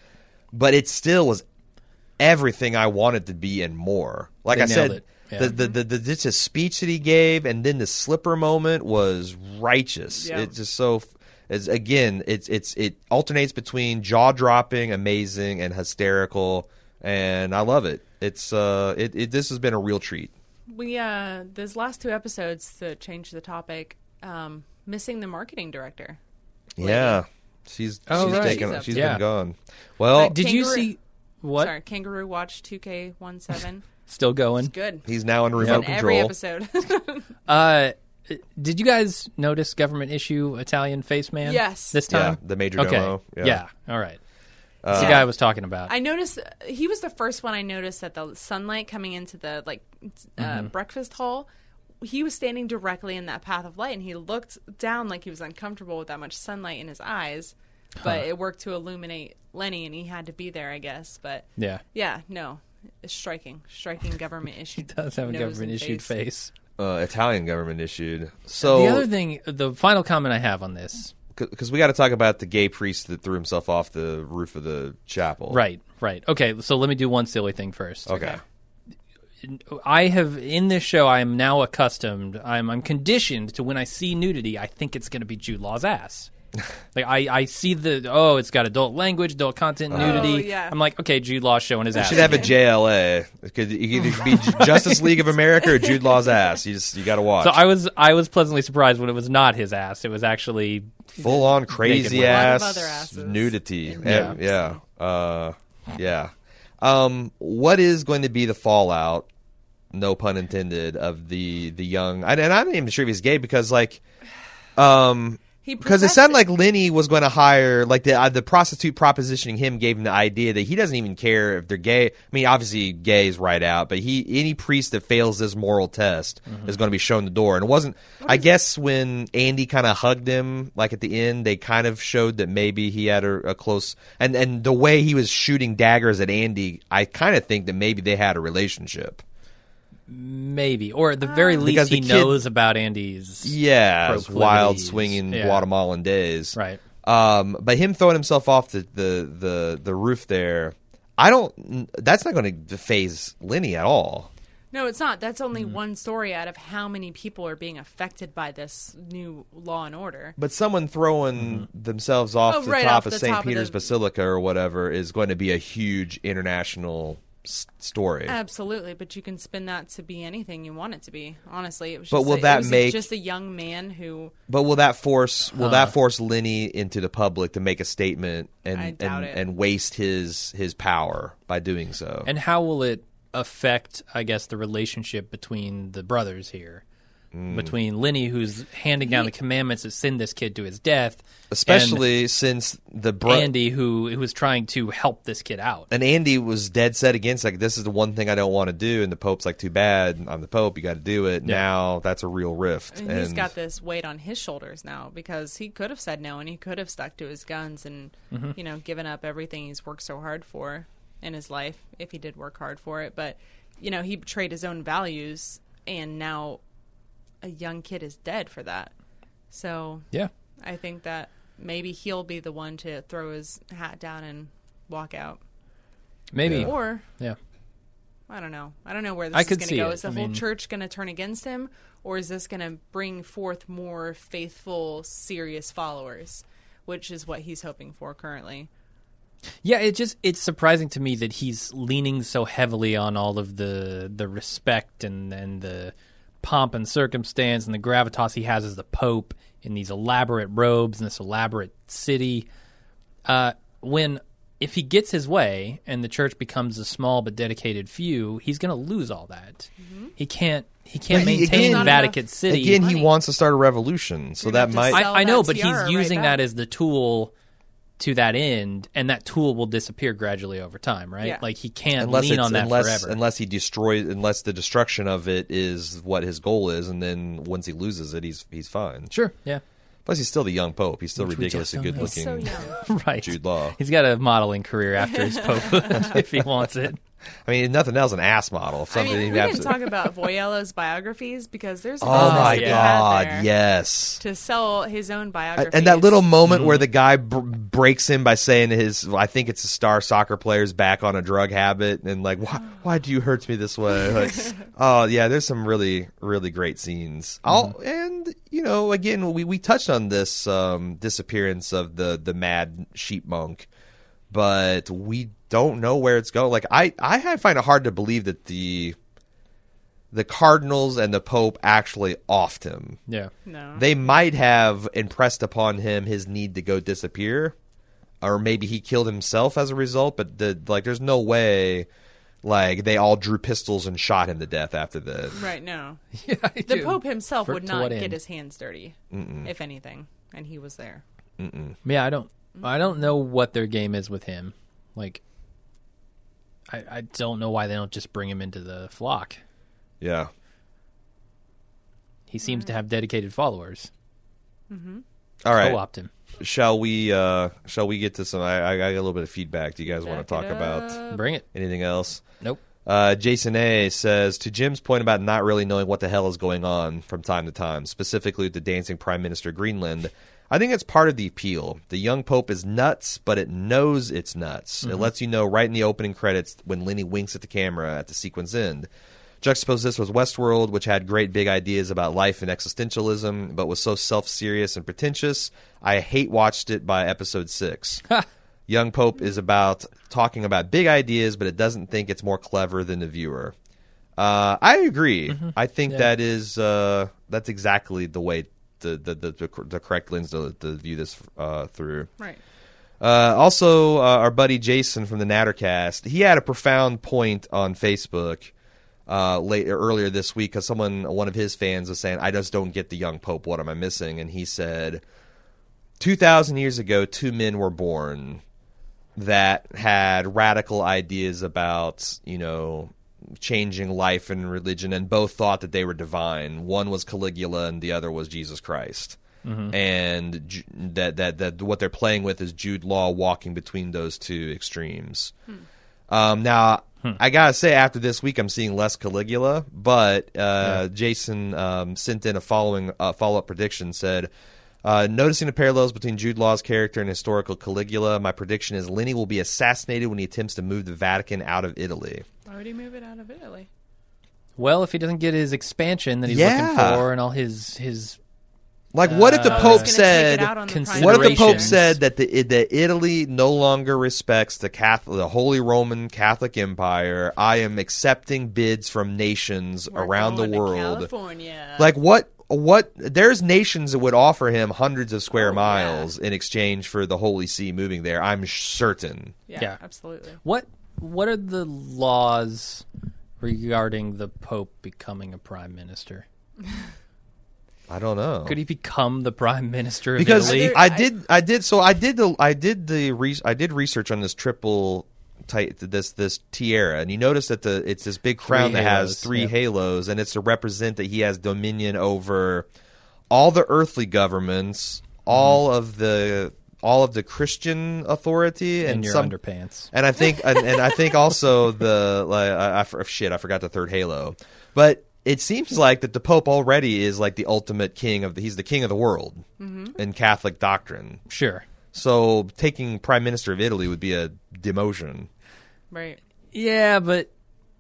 Speaker 1: But it still was everything I wanted to be and more. Like
Speaker 2: They
Speaker 1: I said,
Speaker 2: nailed it. Yeah.
Speaker 1: the, the, the, the, just his speech that he gave and then the slipper moment was righteous.
Speaker 3: Yeah.
Speaker 1: It's just so. It's, again, it's it's it alternates between jaw dropping, amazing, and hysterical, and I love it. It's uh, it, it this has been a real treat.
Speaker 3: we uh those last two episodes to change the topic, um, missing the marketing director.
Speaker 1: Yeah. She's
Speaker 2: Oh,
Speaker 1: she's
Speaker 2: right.
Speaker 1: taken
Speaker 3: She's up.
Speaker 1: she's
Speaker 2: Yeah.
Speaker 1: been gone. Well,
Speaker 2: Did you
Speaker 3: Kangaroo-
Speaker 2: see what?
Speaker 3: Sorry, Kangaroo Watch 2K17.
Speaker 2: Still going.
Speaker 3: Good.
Speaker 1: he's now in
Speaker 3: In
Speaker 1: remote
Speaker 3: every
Speaker 1: control.
Speaker 3: episode. [laughs]
Speaker 2: Uh, did you guys notice government issue Italian face man?
Speaker 3: Yes.
Speaker 2: This time.
Speaker 1: Yeah, the major
Speaker 2: okay.
Speaker 1: domo.
Speaker 2: Yeah.
Speaker 1: Yeah. Uh,
Speaker 2: All right. That's the
Speaker 3: Yeah.
Speaker 2: guy I was talking about.
Speaker 3: I noticed he was the first one I noticed that the sunlight coming into the like uh,
Speaker 2: Mm-hmm.
Speaker 3: breakfast hall. He was standing directly in that path of light, and he looked down like he was uncomfortable with that much sunlight in his eyes. But it worked to illuminate Lenny, and he had to be there, I guess. But
Speaker 2: yeah.
Speaker 3: yeah, no, it's striking,
Speaker 2: [laughs]
Speaker 3: striking government issued.
Speaker 2: Does have a
Speaker 3: nose and
Speaker 2: government issued face.
Speaker 1: Uh, Italian government issued. So
Speaker 2: The other thing, the final comment I have on this.
Speaker 1: because we got to talk about the gay priest that threw himself off the roof of the chapel.
Speaker 2: Right. Right. Okay. So let me do one silly thing first.
Speaker 1: Okay.
Speaker 2: I have in this show. I am now accustomed. I'm I'm conditioned to when I see nudity, I think it's going to be Jude
Speaker 1: [laughs]
Speaker 2: Law's ass. like I, I see the oh, it's got adult language, adult content, nudity.
Speaker 3: Oh, yeah.
Speaker 2: I'm like, okay, Jude Law showing his ass.
Speaker 1: Should have a JLA. It could, it could either be J- Justice League of America or Jude Law's ass. You just you got to watch.
Speaker 2: so I was I was pleasantly surprised when it was not his ass. It was actually
Speaker 1: Full on
Speaker 2: Naked
Speaker 1: crazy
Speaker 2: women.
Speaker 3: A lot of
Speaker 1: ass
Speaker 3: other asses.
Speaker 1: nudity.
Speaker 2: Yeah.
Speaker 1: Yeah, yeah, uh, yeah. Um, what is going to be the fallout? No pun intended. Of the the young, and, and I'm not even sure if he's gay because like, um,
Speaker 3: He
Speaker 1: because it
Speaker 3: professed
Speaker 1: sounded like Lenny was going to hire like the uh, the prostitute propositioning him gave him the idea that he doesn't even care if they're gay. I mean, obviously gay is right out, but he any priest that fails this moral test is going to be shown the door. And it wasn't. I guess when Andy kind of hugged him like at the end, they kind of showed that maybe he had a, a close and and the way he was shooting daggers at Andy, I kind of think that maybe they had a relationship.
Speaker 2: maybe or at the
Speaker 3: Ah.
Speaker 2: very
Speaker 1: Because
Speaker 2: least
Speaker 1: the
Speaker 2: he
Speaker 1: kid-
Speaker 2: knows about Andy's.
Speaker 1: Yeah, it was wild
Speaker 2: Proclivities.
Speaker 1: swinging
Speaker 2: Yeah.
Speaker 1: Guatemalan days.
Speaker 2: Right.
Speaker 1: Um, but him throwing himself off the the the, the roof there, I don't. That's not going to phase Lenny at all.
Speaker 3: No, it's not. That's
Speaker 1: Mm-hmm.
Speaker 3: only one story out of how many people are being affected by this new law and order.
Speaker 1: But someone throwing themselves off
Speaker 3: Oh,
Speaker 1: the
Speaker 3: right
Speaker 1: top
Speaker 3: off
Speaker 1: of
Speaker 3: the
Speaker 1: St.
Speaker 3: top of
Speaker 1: Peter's
Speaker 3: the-
Speaker 1: Basilica or whatever is going to be a huge international s- story.
Speaker 3: Uh, Absolutely, but you can spin that to be anything you want it to be. Honestly, it was
Speaker 1: But
Speaker 3: just
Speaker 1: will
Speaker 3: a,
Speaker 1: that
Speaker 3: it was
Speaker 1: make-
Speaker 3: just a young man who
Speaker 1: But will that force will
Speaker 3: uh.
Speaker 1: that force Lenny into the public to make a statement and
Speaker 3: I doubt
Speaker 1: and,
Speaker 3: it.
Speaker 1: and waste his his power by doing so?
Speaker 2: And how will it affect, I guess, the relationship between the brothers here?
Speaker 1: Mm.
Speaker 2: Between Lenny, who's handing down the commandments to send this kid to his death,
Speaker 1: Especially since the
Speaker 2: and
Speaker 1: bro-
Speaker 2: Andy, who who was trying to help this kid out.
Speaker 1: and Andy was dead set against like this is the one thing I don't want to do, and the Pope's like, too bad, I'm the Pope, you got to do it. Now that's a real rift,
Speaker 3: and
Speaker 1: and
Speaker 3: he's got this weight on his shoulders now because he could have said no and he could have stuck to his guns and
Speaker 1: Mm-hmm.
Speaker 3: you know given up everything he's worked so hard for in his life if he did work hard for it but you know he betrayed his own values and now a young kid is dead for that so
Speaker 2: Yeah,
Speaker 3: i think that maybe he'll be the one to throw his hat down and walk out
Speaker 2: maybe. Yeah,
Speaker 3: or I don't know. I don't know where this
Speaker 2: I
Speaker 3: is
Speaker 2: could
Speaker 3: going to
Speaker 2: see
Speaker 3: go.
Speaker 2: it.
Speaker 3: Is the
Speaker 2: I
Speaker 3: whole
Speaker 2: mean-
Speaker 3: church going to turn against him, or is this going to bring forth more faithful, serious followers, which is what he's hoping for currently?
Speaker 2: yeah. It just it's surprising to me that he's leaning so heavily on all of the the respect and and the pomp and circumstance and the gravitas he has as the Pope in these elaborate robes and this elaborate city. uh, when if he gets his way and the church becomes a small but dedicated few, he's going to lose all that. He can't. He
Speaker 1: Mm-hmm.
Speaker 2: can't
Speaker 1: But [laughs] he-
Speaker 2: maintain
Speaker 1: again-
Speaker 2: Vatican City.
Speaker 1: again he
Speaker 3: Money.
Speaker 1: wants to start a revolution, so
Speaker 3: You're
Speaker 1: that
Speaker 3: gonna
Speaker 1: might
Speaker 3: have to
Speaker 2: I, I
Speaker 3: sell
Speaker 2: know,
Speaker 3: that
Speaker 2: but
Speaker 3: tiara
Speaker 2: he's
Speaker 3: right
Speaker 2: using
Speaker 3: back.
Speaker 2: that as the tool to that end, and that tool will disappear gradually over time, right?
Speaker 3: Yeah.
Speaker 2: Like he can't
Speaker 1: unless
Speaker 2: lean
Speaker 1: it's,
Speaker 2: on that
Speaker 1: unless
Speaker 2: forever.
Speaker 1: unless he destroys unless the destruction of it is what his goal is, and then once he loses it, he's he's fine.
Speaker 2: sure. Yeah. [laughs]
Speaker 1: Plus, he's still the young Pope. He's still
Speaker 2: Which we just
Speaker 1: ridiculously
Speaker 2: don't
Speaker 1: good looking.
Speaker 2: know. [laughs]
Speaker 3: So young.
Speaker 2: Right.
Speaker 1: Jude Law.
Speaker 2: He's got a modeling career after
Speaker 3: [laughs]
Speaker 2: his pope [laughs] if he wants it.
Speaker 1: I mean, if nothing else, an ass model. If
Speaker 3: I
Speaker 1: something
Speaker 3: mean,
Speaker 1: you
Speaker 3: we
Speaker 1: have
Speaker 3: didn't
Speaker 1: to-
Speaker 3: talk about Voyello's biographies because there's a
Speaker 1: oh
Speaker 3: business
Speaker 1: my
Speaker 3: to be
Speaker 1: god,
Speaker 3: had there
Speaker 1: yes.
Speaker 3: to sell his own biography
Speaker 1: And that little moment where the guy br- breaks him by saying his, I think it's a star soccer player's back on a drug habit, and like, why, why do you hurt me this way? Like, oh yeah, there's some really, really great scenes. I'll, and you know, again, we, we touched on this um, disappearance of the the mad sheep monk, but we don't know where it's going. Like, I I find it hard to believe that the the cardinals and the pope actually offed him.
Speaker 2: Yeah. [laughs]
Speaker 3: No.
Speaker 1: They might have impressed upon him his need to go disappear, or maybe he killed himself as a result. But the, like, there's no way. Like they all drew pistols and shot him to death after this.
Speaker 3: right, no.
Speaker 2: yeah I
Speaker 3: The
Speaker 2: do.
Speaker 3: Pope himself
Speaker 2: For-
Speaker 3: would
Speaker 2: to what
Speaker 3: not
Speaker 2: end?
Speaker 3: get his hands dirty, if anything, and he was there.
Speaker 2: Yeah, I don't. I don't know what their game is with him. Like, I I don't know why they don't just bring him into the flock.
Speaker 1: Yeah.
Speaker 2: He seems to
Speaker 3: Mm.
Speaker 2: have dedicated followers.
Speaker 1: All right.
Speaker 2: Co-opt him.
Speaker 1: Shall we? uh Shall we get to some? I, I got a little bit of feedback. Do you guys want to
Speaker 3: Back
Speaker 1: talk
Speaker 3: it
Speaker 1: about
Speaker 3: up.
Speaker 2: Bring it.
Speaker 1: anything else?
Speaker 2: Nope.
Speaker 1: Uh, Jason A says to Jim's point about not really knowing what the hell is going on from time to time, specifically with the dancing Prime Minister Greenland. I think it's part of the appeal. The young pope is nuts, but it knows it's nuts. It lets you know right in the opening credits when Lenny winks at the camera at the sequence end. Juxtapose this with Westworld, which had great big ideas about life and existentialism, but was so self serious and pretentious. I hate watched it by episode six. Young Pope is about talking about big ideas, but it doesn't think it's more clever than the viewer. Uh, I agree. I think that is uh, that's exactly the way the the, the, the, cor- the correct lens to, to view this uh, through.
Speaker 3: Right.
Speaker 1: Uh, also, uh, our buddy Jason from the Nattercast, he had a profound point on Facebook uh, late earlier this week because someone, one of his fans, was saying, "I just don't get the young pope. What am I missing?" And he said, 2,000 years ago, two men were born that had radical ideas about, you know, changing life and religion, and both thought that they were divine. One was Caligula, and the other was Jesus Christ. And Ju- that, that that what they're playing with is Jude Law walking between those two extremes. Um, now,
Speaker 3: Hmm.
Speaker 1: I gotta say, after this week, I'm seeing less Caligula, but uh, Jason um, sent in a following uh, follow up prediction. Said, uh, noticing the parallels between Jude Law's character and historical Caligula, my prediction is Lenny will be assassinated when he attempts to move the Vatican out of Italy.
Speaker 3: Why would he move it out of Italy?
Speaker 2: Well, if he doesn't get his expansion that he's
Speaker 1: Yeah.
Speaker 2: looking for and all his his
Speaker 1: Like, what if the
Speaker 2: Uh,
Speaker 1: Pope
Speaker 3: He's gonna
Speaker 1: said?
Speaker 3: take it out on the prime
Speaker 1: What if the Pope
Speaker 2: considerations.
Speaker 3: minister.
Speaker 1: said that the that Italy no longer respects the Catholic, the Holy Roman Catholic Empire? I am accepting bids from nations
Speaker 3: We're
Speaker 1: around the
Speaker 3: going to
Speaker 1: world.
Speaker 3: California.
Speaker 1: [laughs] Like what? What? There's nations that would offer him hundreds of
Speaker 2: Oh,
Speaker 1: square miles in exchange for the Holy See moving there. I'm certain.
Speaker 3: yeah,
Speaker 2: yeah.
Speaker 3: absolutely.
Speaker 2: what what are the laws regarding the pope becoming a prime minister?
Speaker 1: I don't know.
Speaker 2: Could he become the prime minister of
Speaker 1: because
Speaker 2: Italy?
Speaker 1: I did, I did. So I did the, I did the, re- I did research on this triple, ti- this this tiara, and you notice that the it's this big crown that has
Speaker 2: halos,
Speaker 1: three
Speaker 2: yeah.
Speaker 1: halos, and it's to represent that he has dominion over all the earthly governments,
Speaker 2: Mm-hmm.
Speaker 1: all of the all of the Christian authority,
Speaker 2: in
Speaker 1: and
Speaker 2: your
Speaker 1: some
Speaker 2: underpants.
Speaker 1: and I think and, and I think also the like I, I for- shit I forgot the third Halo, but it seems like that the Pope already is like the ultimate king of the he's the king of the world in Catholic doctrine.
Speaker 2: Sure.
Speaker 1: So taking Prime Minister of Italy would be a demotion.
Speaker 3: Right.
Speaker 2: Yeah, but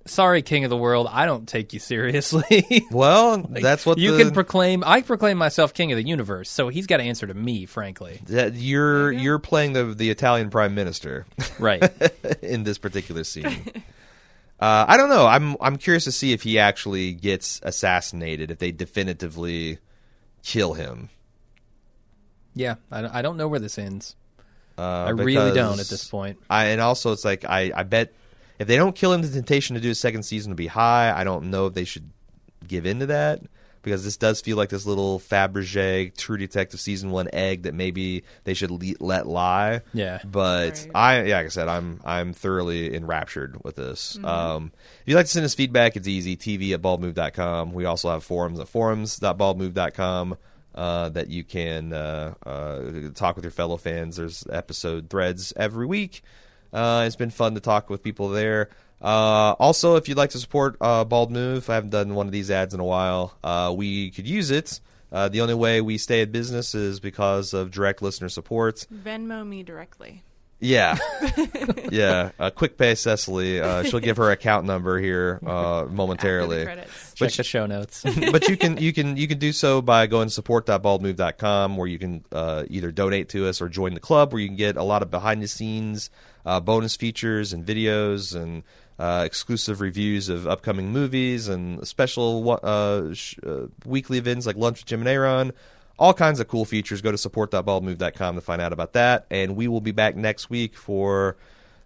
Speaker 2: sorry, King of the World, I don't take you seriously. [laughs]
Speaker 1: Well, that's what
Speaker 2: you
Speaker 1: the,
Speaker 2: can proclaim. I proclaim myself King of the Universe, so he's got to answer to me, frankly.
Speaker 1: that you're you're playing the the Italian Prime Minister. [laughs]
Speaker 2: Right.
Speaker 1: in this particular scene. Uh, I don't know. I'm I'm curious to see if he actually gets assassinated. If they definitively kill him.
Speaker 2: [laughs] yeah, I, I don't know where this ends.
Speaker 1: Uh,
Speaker 2: I really don't
Speaker 1: because
Speaker 2: at this point.
Speaker 1: I, and also, it's like I, I bet if they don't kill him, the temptation to do a second season would be high. I don't know if they should give in to that because this does feel like this little Fabergé True Detective season one egg that maybe they should le- let lie.
Speaker 2: Yeah.
Speaker 1: But
Speaker 3: Right.
Speaker 1: I, yeah, like I said, I'm I'm thoroughly enraptured with this. Um, if you'd like to send us feedback, it's easy. TV at baldmove.com. We also have forums at forums.baldmove.com. Uh, that you can uh, uh, talk with your fellow fans. There's episode threads every week. Uh, it's been fun to talk with people there. Uh, also, if you'd like to support uh, Bald Move, I haven't done one of these ads in a while. Uh, we could use it. Uh, the only way we stay at business is because of direct listener support.
Speaker 3: Venmo me directly.
Speaker 1: Yeah, yeah. Uh, quick pay Cecily. Uh, she'll give her account number here uh,
Speaker 3: After
Speaker 1: momentarily.
Speaker 3: the credits.
Speaker 2: Check
Speaker 1: But-
Speaker 2: the
Speaker 1: [laughs]
Speaker 2: show notes.
Speaker 1: but you can you can you can do so by going to support.baldmove.com where you can uh, either donate to us or join the club where you can get a lot of behind the scenes uh, bonus features and videos and uh, exclusive reviews of upcoming movies and special uh, sh- uh, weekly events like Lunch with Jim and Aaron. All kinds of cool features. Go to support.baldmove.com to find out about that. And we will be back next week for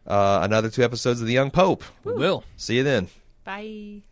Speaker 1: uh, another two episodes of The Young Pope.
Speaker 2: Will.
Speaker 1: See you then.
Speaker 3: Bye.